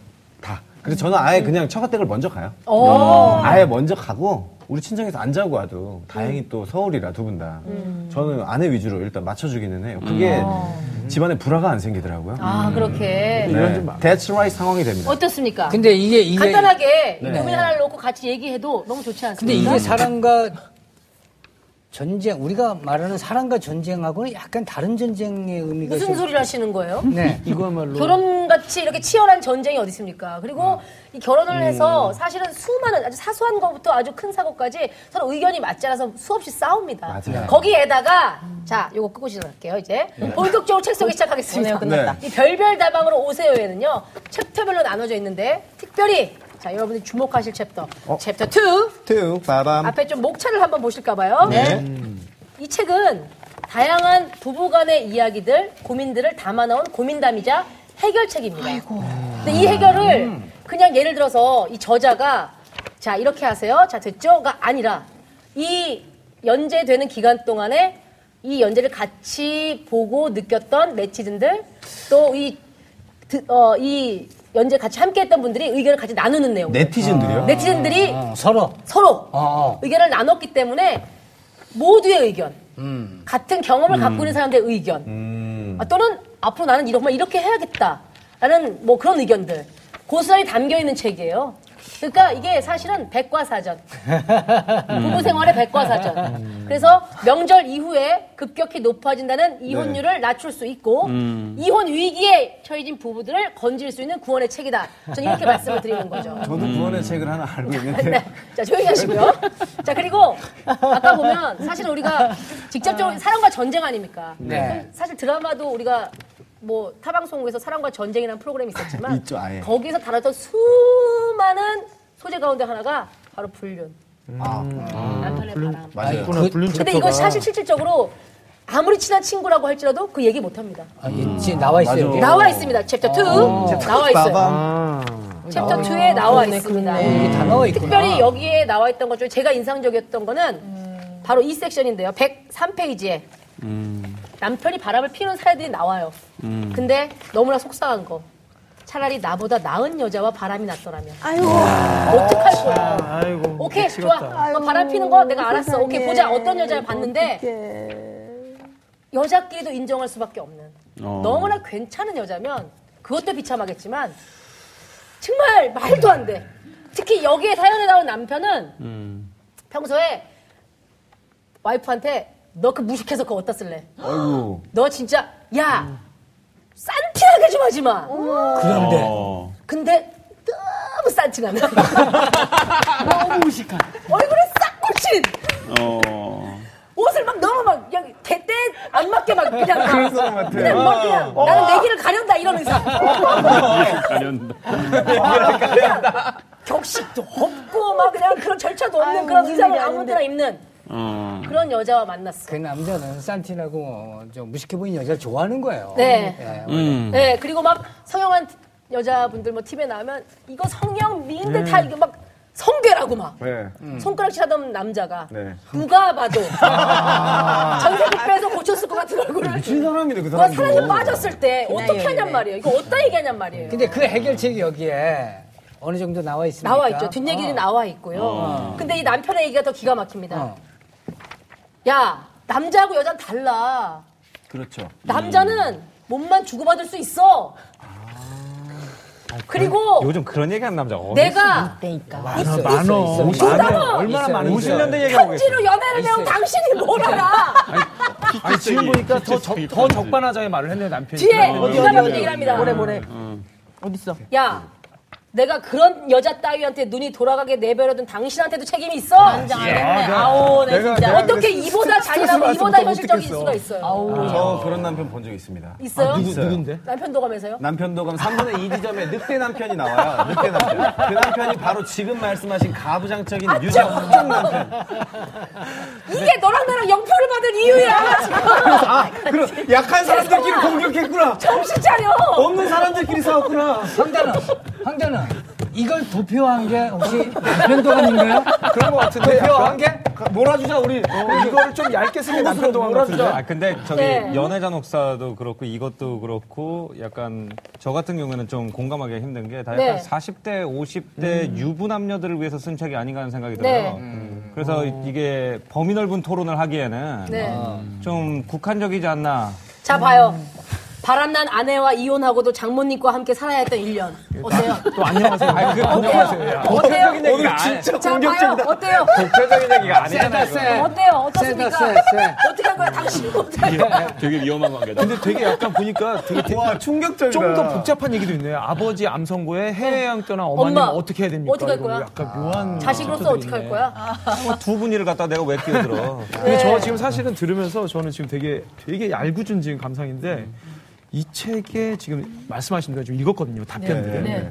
C: 다. 그래서 저는
D: 음.
C: 아예 그냥 처가댁을 먼저 가요.
D: 어.
C: 아예 먼저 가고 우리 친정에서 안 자고 와도
D: 음.
C: 다행히 또 서울이라 두 분 다. 저는 아내 위주로 일단 맞춰주기는 해요. 그게 집안에 불화가 안 생기더라고요.
D: 음. 어. 아 그렇게
C: 네. That's right 상황이 됩니다.
D: 어떻습니까?
G: 근데 이게 이게 네.
D: 간단하게 고민 하나를 놓고 같이 얘기해도 너무 좋지
G: 근데
D: 않습니까?
G: 이게 사랑과 전쟁 우리가 말하는 사랑과 전쟁하고는 약간 다른 전쟁의 의미가
D: 무슨
G: 좀-
D: 소리를 하시는 거예요?
G: 네.
F: 이거야말로
D: 결혼같이 이렇게 치열한 전쟁이 어디 있습니까? 그리고
G: 음.
D: 이 결혼을 해서 사실은 수많은 아주 사소한 것부터 아주 큰 사고까지 서로 의견이 맞지 않아서 수없이 싸웁니다.
C: 맞아요.
D: 거기에다가 자, 요거 끄고 시작할게요, 이제.
G: 네.
D: 본격적으로 책
G: 어,
D: 소개 시작하겠습니다.
C: 오네요, 끝났다.
D: 이 별별 다방으로 오세요에는요. 챕터별로 나눠져 있는데 특별히 자, 여러분이 주목하실 챕터.
G: 어?
D: 챕터 2.
C: 툭 빠밤.
D: 앞에 좀 목차를 한번 보실까 봐요.
C: 네.
D: 이 책은 다양한 부부간의 이야기들, 고민들을 담아놓은 고민담이자 해결책입니다. 근데 이 해결을 그냥 예를 들어서 이 저자가 자 이렇게 하세요, 자 됐죠가 아니라 이 연재되는 기간 동안에 이 연재를 같이 보고 느꼈던 네티즌들 또이 어, 이 연재 같이 함께했던 분들이 의견을 같이 나누는 내용. 아.
C: 네티즌들이요?
D: 네티즌들이
G: 어, 서로
D: 서로
G: 어.
D: 의견을 나눴기 때문에 모두의 의견,
G: 음.
D: 같은 경험을 갖고 있는 사람들의 의견, 아, 또는 앞으로 나는 이렇- 정말 이렇게 해야겠다라는 뭐 그런 의견들 고스란히 담겨 있는 책이에요. 그러니까 이게 사실은
G: [LAUGHS]
D: 백과사전, 부부 생활의
G: 음.
D: 백과사전. 그래서 명절 이후에 급격히 높아진다는 이혼율을
G: 네.
D: 낮출 수 있고
G: 음.
D: 이혼 위기에 처해진 부부들을 건질 수 있는 구원의 책이다. 저는
G: [LAUGHS]
D: 이렇게 말씀을 드리는 거죠.
C: 저도 구원의 책을 하나 알고
D: 네.
C: 있는데.
D: 자, 조용히 하시고요. 자, 그리고 아까 보면 사실 우리가 직접적으로 사랑과 전쟁 아닙니까?
G: 네.
D: 사실 드라마도 우리가 뭐 타방송국에서 사랑과 전쟁이라는 프로그램이 있었지만
C: 있죠, 아예.
D: 거기서 다뤘던 수많은 소재 가운데 하나가 바로 불륜. 남편의 바람.
C: 아, 맞아요.
G: 그-
D: 근데 이건 사실 실질적으로 아무리 친한 친구라고 할지라도 그 얘기 못 합니다.
G: 아, 있지 나와 있어요. 여기.
D: 나와 있습니다. 챕터 2 나와 있어요. 챕터 2에 나와 있습니다.
G: 여기 어, 다 나와 있구나.
F: 아.
D: 특별히 여기에 나와 있던 것 중에 제가 인상적이었던 거는 바로 이 섹션인데요. 103페이지에
F: 음.
D: 남편이 바람을 피우는 사례들이 나와요. 근데 너무나 속상한 거. 차라리 나보다 나은 여자와 바람이 났더라면.
J: 아이고.
D: 어떡할 거야.
F: 아이고
D: 오케이, 좋아. 그럼 바람 피는 거 내가 알았어. 오케이, 보자. 어떤 여자를 봤는데 여자끼리도 인정할 수밖에 없는 너무나 괜찮은 여자면 그것도 비참하겠지만 정말 말도 안 돼. 특히 여기에 사연에 나온 남편은 평소에 와이프한테 너 그 무식해서 그거 어디다 쓸래?
C: 아이고.
D: 너 진짜 야 싼티하게 좀 하지 마.
G: 그런데
K: 어.
D: 근데 너무 싼티가 나. [LAUGHS] 너무 무식한. 얼굴에 싹 꽂힌.
K: 어.
D: 옷을 막 너무 막 그냥 개떼 안 맞게 막 그냥 그런 사람 같아. 그냥 막 그냥 나는 내 길을 가련다 이러는 사람.
K: 가련다.
D: 격식도 없고 막 그냥 그런 절차도 없는 그런 의상을 아무데나 입는
K: 어.
D: 그런 여자와 만났어.
G: 그 남자는 산티나고 어, 좀 무식해 보이는 여자를 좋아하는 거예요.
D: 네.
G: 예,
K: 음.
D: 네 그리고 막 성형한 여자분들 뭐 TV에 나오면 이거 성형 미인들 다
G: 네.
D: 이거 막 성괴라고 막 음.
C: 네.
D: 손가락질하던 남자가
C: 네. 아.
D: 누가
C: [LAUGHS]
D: 봐도 전세계 빼서 고쳤을 것 같은 얼굴을
C: 미친 사람이네, 네, 그
D: 그건
C: 사람도.
D: 사랑에 빠졌을 때 어떻게 하냔 말이에요. 이거 어디다 얘기하냔 말이에요.
G: 근데 그 해결책이 여기에 어느 정도 나와 있습니까?
D: 나와 있죠.
I: 어.
D: 뒷얘기들이 나와 있고요. 근데 이 남편의 얘기가 더 기가 막힙니다.
G: 어.
D: 야, 남자하고 여자는 달라.
C: 그렇죠.
D: 남자는
I: 음.
D: 몸만 주고받을 수 있어. 그리고
I: 요즘 아, 그런 얘기하는 남자 어디
D: 내가
G: 있어, 있어, 있어.
D: 많아.
G: 얼마나 많이
I: 50년대 얘기하고 계세요.
D: 편지로 연애를 해온 당신이 뭘
J: [LAUGHS]
D: 알아.
J: 어,
F: 아니, 지금 보니까 더, 적- 더 적반하자의 말을 했네요 남편이
I: 음.
D: 뒤에 기가 막힌 얘기를 합니다.
J: 뭐래 뭐래. 어딨어?
D: 야, 내가 그런 여자 따위한테 눈이 돌아가게 내버려둔 당신한테도 책임이 있어.
J: 아,
D: 아우, 내
C: 내가-
D: 진짜.
C: 내가
D: 어떻게
C: 그랬-
D: 이보다 잔인하고
F: 받을
D: 이보다
F: 못
D: 현실적일
F: 듣겠어.
D: 수가 있어요.
C: 저 그런 남편 본 적 있습니다.
D: 있어요?
C: 있어요.
F: 누군데?
D: 남편 도감에서요?
C: 남편 도감 3분의 2 지점에 늑대 남편이 나와요. 늑대 남편. 그 남편이 바로 지금 말씀하신 가부장적인 유자 확정 남편.
D: 이게 너랑 나랑 영표를 받은 이유야. 지금
C: 아, 그럼 약한 사람들끼리 공격했구나.
D: 정신 차려.
C: 없는 사람들끼리 싸웠구나.
G: 황단아, 황단아. 이걸 도표한 게 혹시 변도감인가요?
F: 그런 것 같은데 약간
C: 몰아주자 우리. 어,
F: 어, 이거를 좀 얇게 쓰게 남편 동안 같은데
I: 아 근데 저기
D: 네.
I: 연애자 녹사도 그렇고 이것도 그렇고 약간 저 같은 경우에는 좀 공감하기 힘든 게 다 약간
D: 네.
I: 40대 50대 유부남녀들을 위해서 쓴 책이 아닌가 하는 생각이 음. 들어요.
D: 네.
I: 그래서 이게 범위 넓은 토론을 하기에는
D: 네.
I: 좀 국한적이지 않나.
D: 자, 봐요. 바람난 아내와 이혼하고도 장모님과 함께 살아야 했던 1년. 어때요?
F: 또 안녕하세요. 아, 그
D: 어때요? 어때요?
C: 오늘 진짜
D: 자, 봐요.
C: 공격적이다.
D: 어때요?
I: 국한적인 얘기가 아니잖아요.
D: 어때요? 어떻습니까?
G: 쎄다, 쎄,
D: [LAUGHS] 어떻게 할 거야? 당신이 어떻게 할 거야?
K: 예, 되게 위험한 관계다.
F: 근데 되게 약간 보니까 되게
C: 와 충격적이다.
F: 좀 더 복잡한 얘기도 있네요. 아버지 암선고에 해외여행 떠난 엄마님
D: 엄마.
F: 어떻게 해야 됩니까?
D: 어떻게 할 거야?
F: 이거 약간 묘한
D: 자식으로서 어떻게 할 거야?
I: 두 분이를 갖다 내가 왜 끼어들어?
F: 근데
D: 네.
F: 저 지금 사실은 들으면서 저는 지금 되게 되게 얄궂은 지금 감상인데 이 책에 지금 말씀하신 대로 좀 읽었거든요. 답변들.
D: 네.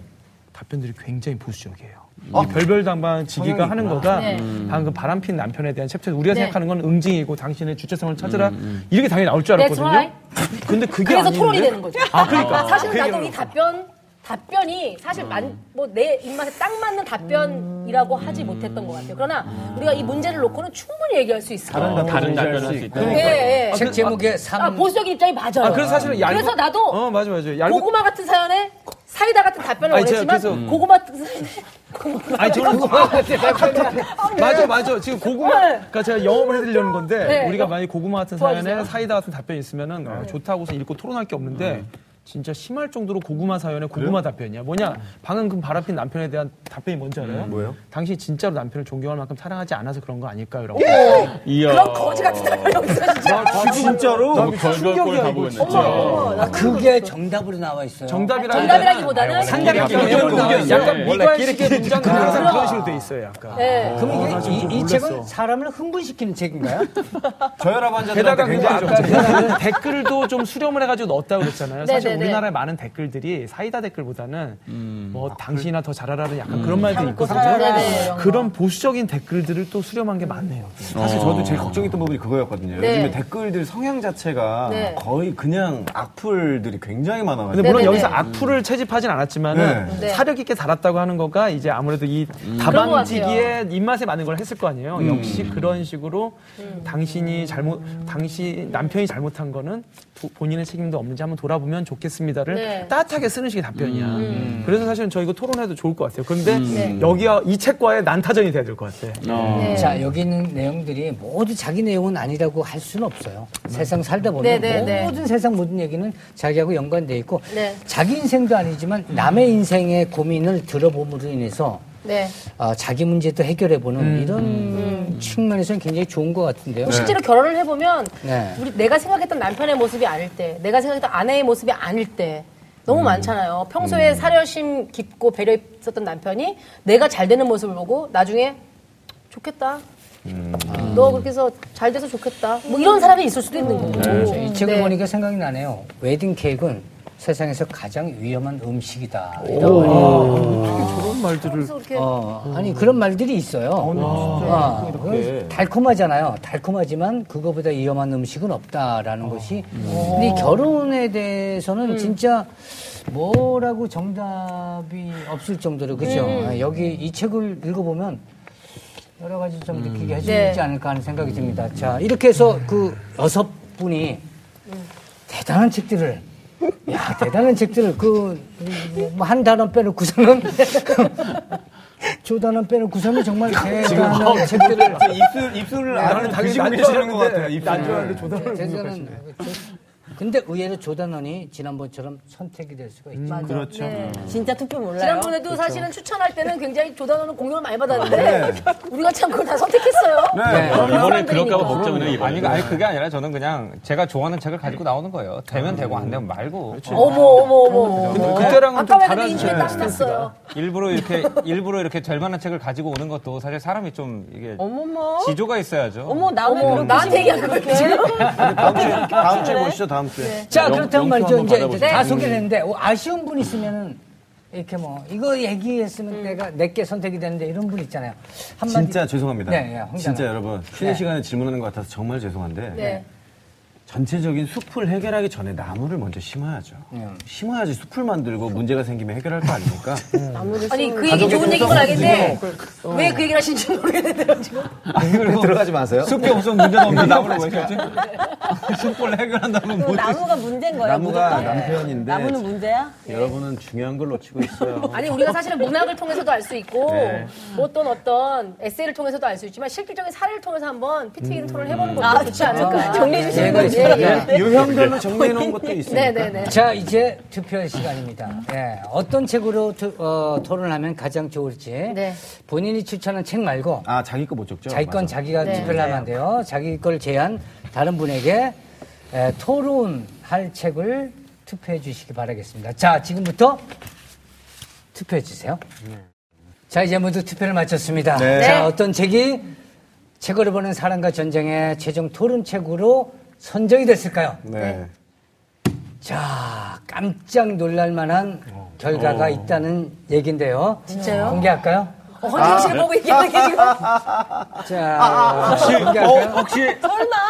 F: 답변들이 굉장히 보수적이에요. 이 별별 당방 지기가 하는 거가
D: 네.
F: 방금 바람핀 남편에 대한 챕터에서 우리가
D: 네.
F: 생각하는 건 응징이고 당신의 주체성을 찾으라 이렇게 당연히 나올 줄
D: That's
F: 알았거든요.
D: right.
F: 근데 그게
D: 그래서
F: 아닌데
D: 토론이 되는 거죠.
F: 아, 그러니까. 음.
D: 사실
F: 그
D: 나도
F: 얘기를
D: 이 답변 답변이 사실 뭐 내 입맛에 딱 맞는 답변이라고 하지 못했던 것 같아요. 그러나 우리가 이 문제를 놓고는 충분히 얘기할 수 있어요.
K: 어, 다른 답변을 할 수 있다.
D: 예, 예.
G: 책 제목에
D: 아,
G: 3.
D: 보수적인 입장이 맞아요.
F: 그- 아, 그래서 사실은 얇은-
D: 그래서 나도
F: 어 맞아 맞아. 얄고
D: 고구마 같은 사연에 사이다 같은 답변을
F: 아니, 제가
D: 원했지만
F: 그래서- 음.
D: 고구마 같은 사연에 고구마
F: 아니 저는
D: 어,
F: 맞아 맞아 지금 고구마 그러니까 제가 영업을 해드리려는 건데
D: 네.
F: 우리가 만약 에 고구마 같은 사연에
D: 도와주세요.
F: 사이다 같은 답변이 있으면은 아, 좋다고서 읽고 토론할 게 없는데 진짜 심할 정도로 고구마 사연에 고구마 답변이야 뭐냐 방금 그 바람핀 남편에 대한 답변이 뭔지 알아요? 음, 뭐예요? 당신 진짜로 남편을 존경할 만큼 사랑하지 않아서 그런 거 아닐까요?라고
K: 이야.
D: 그런 거지 같은 답변이 없어 진짜.
F: 진짜로
K: 너무 걸걸
F: 충격이야, 이거
K: 보고 있네.
F: 진짜.
K: 진짜.
G: 그게 정답으로 나와 있어요.
F: 정답이라
D: 정답이라기보다는
G: 상당히
F: 의견, 의견, 약간
K: 예.
F: 미관식의 문장들이 항상 그런 식으로 돼 있어요 약간
D: 네.
G: 그럼 이게 이, 이 책은 사람을
I: [LAUGHS]
G: 흥분시키는 책인가요?
I: 네,
C: 저혈압 환자들한테
F: 게다가
C: 굉장히
F: 근데 아까 제가 그러니까 댓글도 좀 수렴을 해가지고 넣었다고 그랬잖아요.
D: 네네네.
F: 사실 우리나라의 많은 댓글들이 사이다 댓글보다는 뭐 당신이나 더 잘하라는 약간 그런 말들이 있거든요.
D: 네,
F: 그런 보수적인 댓글들을 또 수렴한 게 많네요.
C: 사실 저도 제일 걱정했던 부분이 그거였거든요.
D: 네.
C: 요즘에 댓글들 성향 자체가
D: 네.
C: 거의 그냥 악플들이 굉장히 많아가지고.
F: 근데 물론
D: 네네네.
F: 여기서 악플을 채집하진 않았지만은
C: 네.
D: 네. 음.
F: 사력 있게 달았다고 하는 거가 이제 아무래도 이
D: 그런 것 같아요.
F: 다방지기에 입맛에 맞는 걸 했을 거 아니에요. 역시 그런 식으로
D: 음.
F: 당신이 잘못, 당신 남편이 잘못한 거는 부- 본인의 책임도 없는지 한번 돌아보면 좋겠습니다를
D: 네. 음.
F: 따뜻하게 쓰는 식의 답변이야. 그래서 사실은 저 이거 토론해도 좋을 것 같아요. 그런데
D: 네.
F: 여기와 이 책과의 난타전이 돼야 될 것 같아.
K: 어.
G: 자, 여기 있는 내용들이 모두 자기 내용은 아니라고 할 수는 없어요. 세상 살다 보면
D: 네, 네, 네.
G: 모든 세상 모든 얘기는 자기하고 연관돼 있고
D: 네.
G: 자기 인생도 아니지만 남의 인생의 고민을 들어봄으로 인해서
D: 네.
G: 어, 자기 문제도 해결해 보는 이런 측면에서는 굉장히 좋은 것 같은데요.
D: 실제로 결혼을 해보면
G: 네.
D: 우리 내가 생각했던 남편의 모습이 아닐 때, 내가 생각했던 아내의 모습이 아닐 때 너무 많잖아요. 평소에 사려심 깊고 배려 있었던 남편이 내가 잘 되는 모습을 보고 나중에 좋겠다. 너 그렇게 해서 잘 돼서 좋겠다. 뭐 이런 사람이 있을 수도 있는 거고.
G: 이 책을
D: 네.
G: 보니까 생각이 나네요. 웨딩 케이크는 세상에서 가장 위험한 음식이다. 이런
F: 저런 말들을
D: 그래서 이렇게
G: 어, 아니 그런 말들이 있어요. 아, 그건 달콤하잖아요. 달콤하지만 그거보다 위험한 음식은 없다라는 것이. 근데 이 결혼에 대해서는
D: 음.
G: 진짜 뭐라고 정답이 없을 정도로 그죠.
D: 음.
G: 아, 여기 이 책을 읽어보면 여러 가지 좀 느끼게 해주지
D: 네.
G: 않을까 하는 생각이 듭니다. 자 이렇게 해서 그 여섯 분이 대단한 책들을 야 대단한 책들을 그, 뭐 그한 단원 빼놓고서는 [LAUGHS] 조 단원 빼놓고서는 정말 대단한 책들을
C: 입술,
G: 네,
C: 입술을 아는
F: 당연히 안
C: 당신이 싫은 것
F: 좋아하는데
C: 같아요.
F: 안
C: 입술.
F: 좋아하는데 조단을
G: 대단한 근데 의외로 조 단원이 지난번처럼 선택이 될 수가
K: 음.
G: 있죠.
C: 그렇죠.
J: 진짜 투표 몰라요.
D: 지난번에도 사실은 추천할 때는 굉장히 조단호는 공격을 많이 받았는데 우리가 참 그걸 다 선택했어요.
C: 네.
K: 이번에 그럴까봐 걱정이네,
I: 아니,
K: 이번에.
I: 아니 그게 아니라 저는 그냥 제가 좋아하는 책을 가지고 나오는 거예요. 되면 되고 안 되면 말고.
D: 어머 어머 어머. 어머.
F: 그때랑은 좀
D: 아까 말했는데
F: 다른
D: 인중에 딱 났어요.
I: 일부러 이렇게 일부러 이렇게 될 만한 책을 가지고 오는 것도 사실 사람이 좀 이게
J: 어머머.
I: 지조가 있어야죠.
J: 어머 남의 그렇게
D: 뭐 나한테 얘기한
J: 심하게
D: 거예요,
J: 그렇게?
C: 다음 주에, 다음 주에 보시죠, 다음 주에.
G: 네. 자,
K: 영-
G: 그렇다면
K: 영수
G: 말이죠.
K: 한번
G: 이제,
K: 받아보세요.
G: 이제 다
K: 네.
G: 소개를 했는데, 어, 아쉬운 분 있으면은, 이렇게 뭐, 이거 얘기했으면
D: 음.
G: 내가 내게 선택이 되는데, 이런 분 있잖아요. 한마디.
C: 진짜 죄송합니다.
G: 네, 네, 홍
C: 진짜
G: 작가.
C: 여러분 쉬는
G: 네.
C: 시간에 질문하는 것 같아서 정말 죄송한데
D: 네.
C: 전체적인 숲을 해결하기 전에 나무를 먼저 심어야죠. 심어야지 숲을 만들고 문제가 생기면 해결할 거 아닙니까?
D: 아니 그 얘기 좋은 얘기인 건 알겠는데 왜 그 얘기를 하시는지 모르겠는데요 지금.
C: 들어가지 마세요.
I: 숲이 없으면 문제가 없는데 나무를 왜 켜지? 숲을 해결한다면
J: 그럼 나무가 문제인 거예요.
C: 나무가 네.
J: 무조건?
G: 네.
C: 남편인데
J: 나무는 문제야?
C: 여러분은 중요한 걸 놓치고 있어요.
D: [LAUGHS] 아니 우리가 사실은 문학을 통해서도 알 수 있고
C: 네.
D: 어떤 어떤 에세이를 통해서도 알 수 있지만 실질적인 사례를 통해서 한번 피트 있는 토론을 해보는 것도 좋지 않을까. 아, 정리해 주시는 거지.
C: 유형별로 정리해 놓은 것도 있으니까.
D: 네네네.
G: 예, 자, 이제 투표할 시간입니다. 예, 어떤 책으로 투- 어, 토론을 하면 가장 좋을지.
D: 네.
G: 본인이 추천한 책 말고,
C: 아 자기 거 못 적죠?
G: 자기 건
C: 맞아.
G: 자기가
D: 네.
G: 투표를 하면 안 돼요. 자기 걸 제한 다른 분에게 예, 토론할 책을 투표해 주시기 바라겠습니다. 자, 지금부터 투표해 주세요. 자, 이제 모두 투표를 마쳤습니다.
C: 네.
G: 자, 어떤 책이 책으로 보는 사람과 전쟁의 최종 토론책으로 선정이 됐을까요?
C: 네.
G: 자, 아, 깜짝 놀랄 만한
K: 어.
G: 결과가 있다는 얘긴데요. 진짜요? 공개할까요?
D: 어, 허준영 씨를 보고 얘기하는 게 지금.
G: 자, 공개할까요?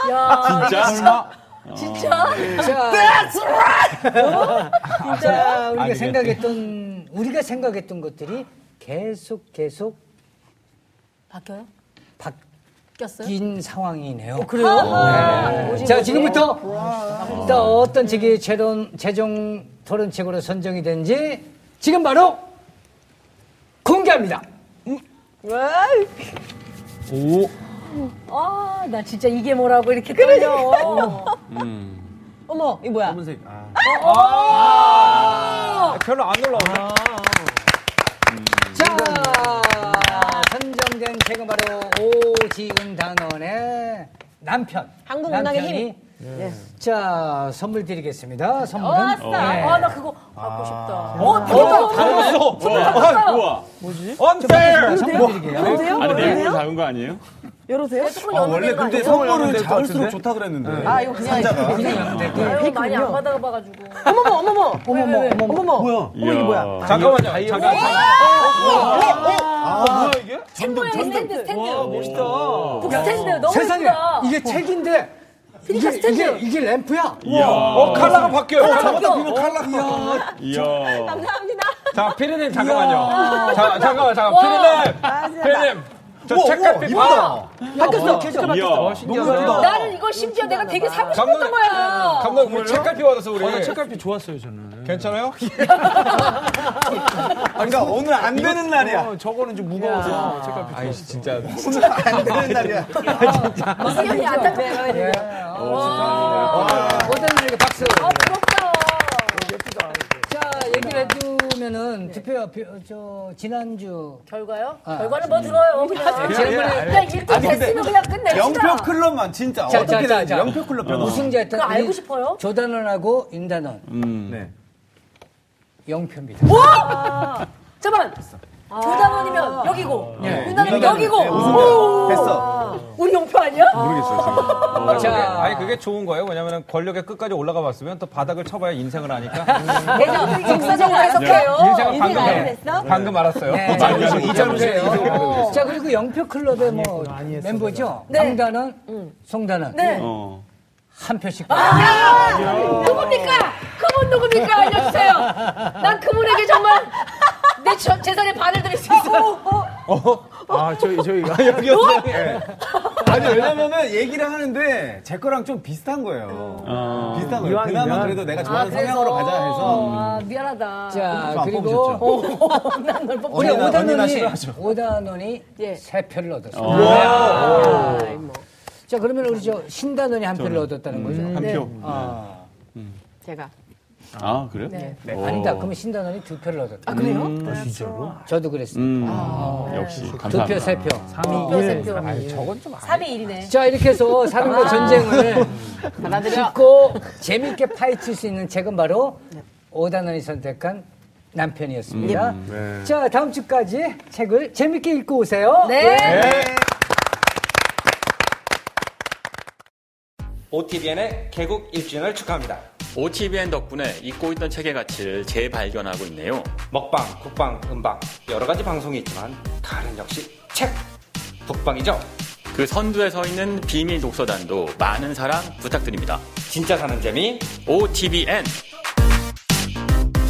D: 야,
K: 진짜?
D: 진짜?
G: 자, 자, 우리가 생각했던 우리가 생각했던 것들이 계속 계속
D: 바뀌어요?
G: 바뀐
D: 꼈어요? 어, 아,
G: 상황이네요. 그래요? 자, 지금부터 일단 어떤 책이 최종, 최종 토론책으로 선정이 된지 지금 바로 공개합니다.
D: 아, 나 진짜 이게 뭐라고 이렇게 떨려.
G: 음.
J: 어머 이 뭐야?
C: 검은색. 아.
G: 어,
I: 아, 별로 안 올라오네. 음.
G: 자, 선정된 책은 바로 오지은 단원의 남편.
J: 한국 문학의
G: 남편이. 예.
J: 힘.
G: 자, 선물 드리겠습니다. 선물은
J: 아싸.
D: 아, 나 그거 받고 싶다. 어, 되게
K: 달랐어. 우와.
G: 자, 선물 드릴게요.
K: 아니 내용을 잡은 거 아니에요?
J: 이러세요?
D: 손이 없는
C: 원래
D: 어, 거
C: 근데
D: 아니에요?
C: 선물을 잡을수록 좋다 그랬는데.
J: 아 이거 그냥
D: 아유, 많이 안 받아봐가지고.
J: 어머머 어머머 어머머 어머머
C: 뭐야?
K: 이게 뭐야?
I: 잠깐만요. 잠깐.
D: 책모양 스탠드, 스탠드. 멋있다. 북스탠드 너무
G: 세상에
D: 예쁘다.
G: 이게 책인데
D: 피니카
G: 이게,
D: 스탠드.
G: 이게, 이게 램프야.
K: 이야. 어,
I: 컬러가 바뀌어요.
C: 저보다 비면 칼라.
K: 이야.
I: 자, 피디님 잠깐만요. 자, 잠깐만, 잠깐. 피디님, 피디님. 저 책갈피
C: 이쁘다.
J: 바뀌었어. 계속
K: 이야.
D: 나는 이거 심지어 내가 되게 사고 싶었던
I: 감독님.
D: 거야.
I: 감독님, 우리 책갈피 받았어 우리.
F: 책갈피 좋았어요 저는.
I: [LAUGHS] 괜찮아요?
C: 그러니까 오늘 안 되는 날이야.
F: 어, 저거는 좀 무거워서 책갈피.
I: 아이 진짜.
C: 오늘 안 되는 날이야.
D: 승현이
G: 네,
D: 안타깝다.
G: 예.
D: 아.
G: 어떤 분에게 어, 박수.
D: 부럽다.
G: 자, 얘기를 해주면은 투표, 표- 저, 지난주.
D: 결과요? 결과는 뭐 들어요. 그냥 그냥 일등 됐으면 그냥 끝내.
C: 영표 클럽만 진짜.
G: 자,
C: 어떻게
G: 자, 자,
C: 되는지
G: 자.
C: 영표 클럽 변호.
G: 우승자였던
D: 그거
G: 우리
D: 알고 싶어요?
G: 조단원하고 임단원.
D: 음.
C: 네.
G: 영표입니다.
D: 잠깐만. 아. 조단원이면 여기고, 윤나는 여기고.
C: 네, 우승자. 됐어.
D: 우리 영표 아니야?
G: 자,
I: 아니 그게 좋은 거예요. 왜냐면 권력의 끝까지 올라가 봤으면 또 바닥을 쳐봐야 인생을 아니까.
D: 예전 역사적으로 해석해요.
J: 어,
I: 인생을 방금
J: 알게
I: 알-
J: 됐어?
I: 방금 알았어요.
G: 네.
I: 자, 이제
G: 보세요. 자, 그리고 영표 클럽의 뭐 멤버죠? 강단원, 송단원.
D: 네.
K: 어.
G: 한 표씩.
D: 누굽니까? 그분 누굽니까? 알려주세요. 난 그분에게 정말 내 저- 재산의 반을 드릴 수 있어요.
F: 아 저희 저희가.
C: 네. 아니 왜냐면은 얘기를 하는데 제 거랑 좀 비슷한 거예요.
G: 어.
C: 비슷한 거예요.
F: 이왕이면.
C: 그나마 그래도 내가 좋아하는
D: 그래서?
C: 성향으로 가자 해서
D: 아, 미안하다.
G: 자,
C: 안 뽑으셨죠?
G: 그리고 어, 우리
C: 언니나- 언니나
G: 오단원이
C: 싫어하죠.
G: 오단원이
D: 예.
G: 세 표를 얻었습니다. 자, 그러면 우리 저 신단원이 한 표를
C: 음,
G: 얻었다는 거죠. 아.
K: 한 표.
J: 제가
K: 아 그래요?
G: 네, 아니다. 그러면 신단원이 두 표를 얻었다.
J: 아, 그래요?
G: 저도 그랬습니다.
K: 음. 역시
G: 두 표,
K: 감사합니다.
G: 세 표.
D: 세 표. 저건 좀 3위 1이네.
G: 자, 이렇게 해서 사람과 전쟁을
J: 아. 받아들여.
G: 쉽고 재밌게 파헤칠 수 있는 책은 바로 오단원이 선택한
A: 남편이었습니다. 자, 다음 주까지 책을 재밌게 읽고 오세요.
D: 네.
I: OTBN의 개국 1주년을 축하합니다.
K: OTBN 덕분에 잊고 있던 책의 가치를 재발견하고 있네요.
I: 먹방, 국방, 음방 여러 가지 방송이 있지만 다른 역시 책 북방이죠.
K: 그 선두에 서 있는 비밀 독서단도 많은 사랑 부탁드립니다.
I: 진짜 사는 재미
K: OTBN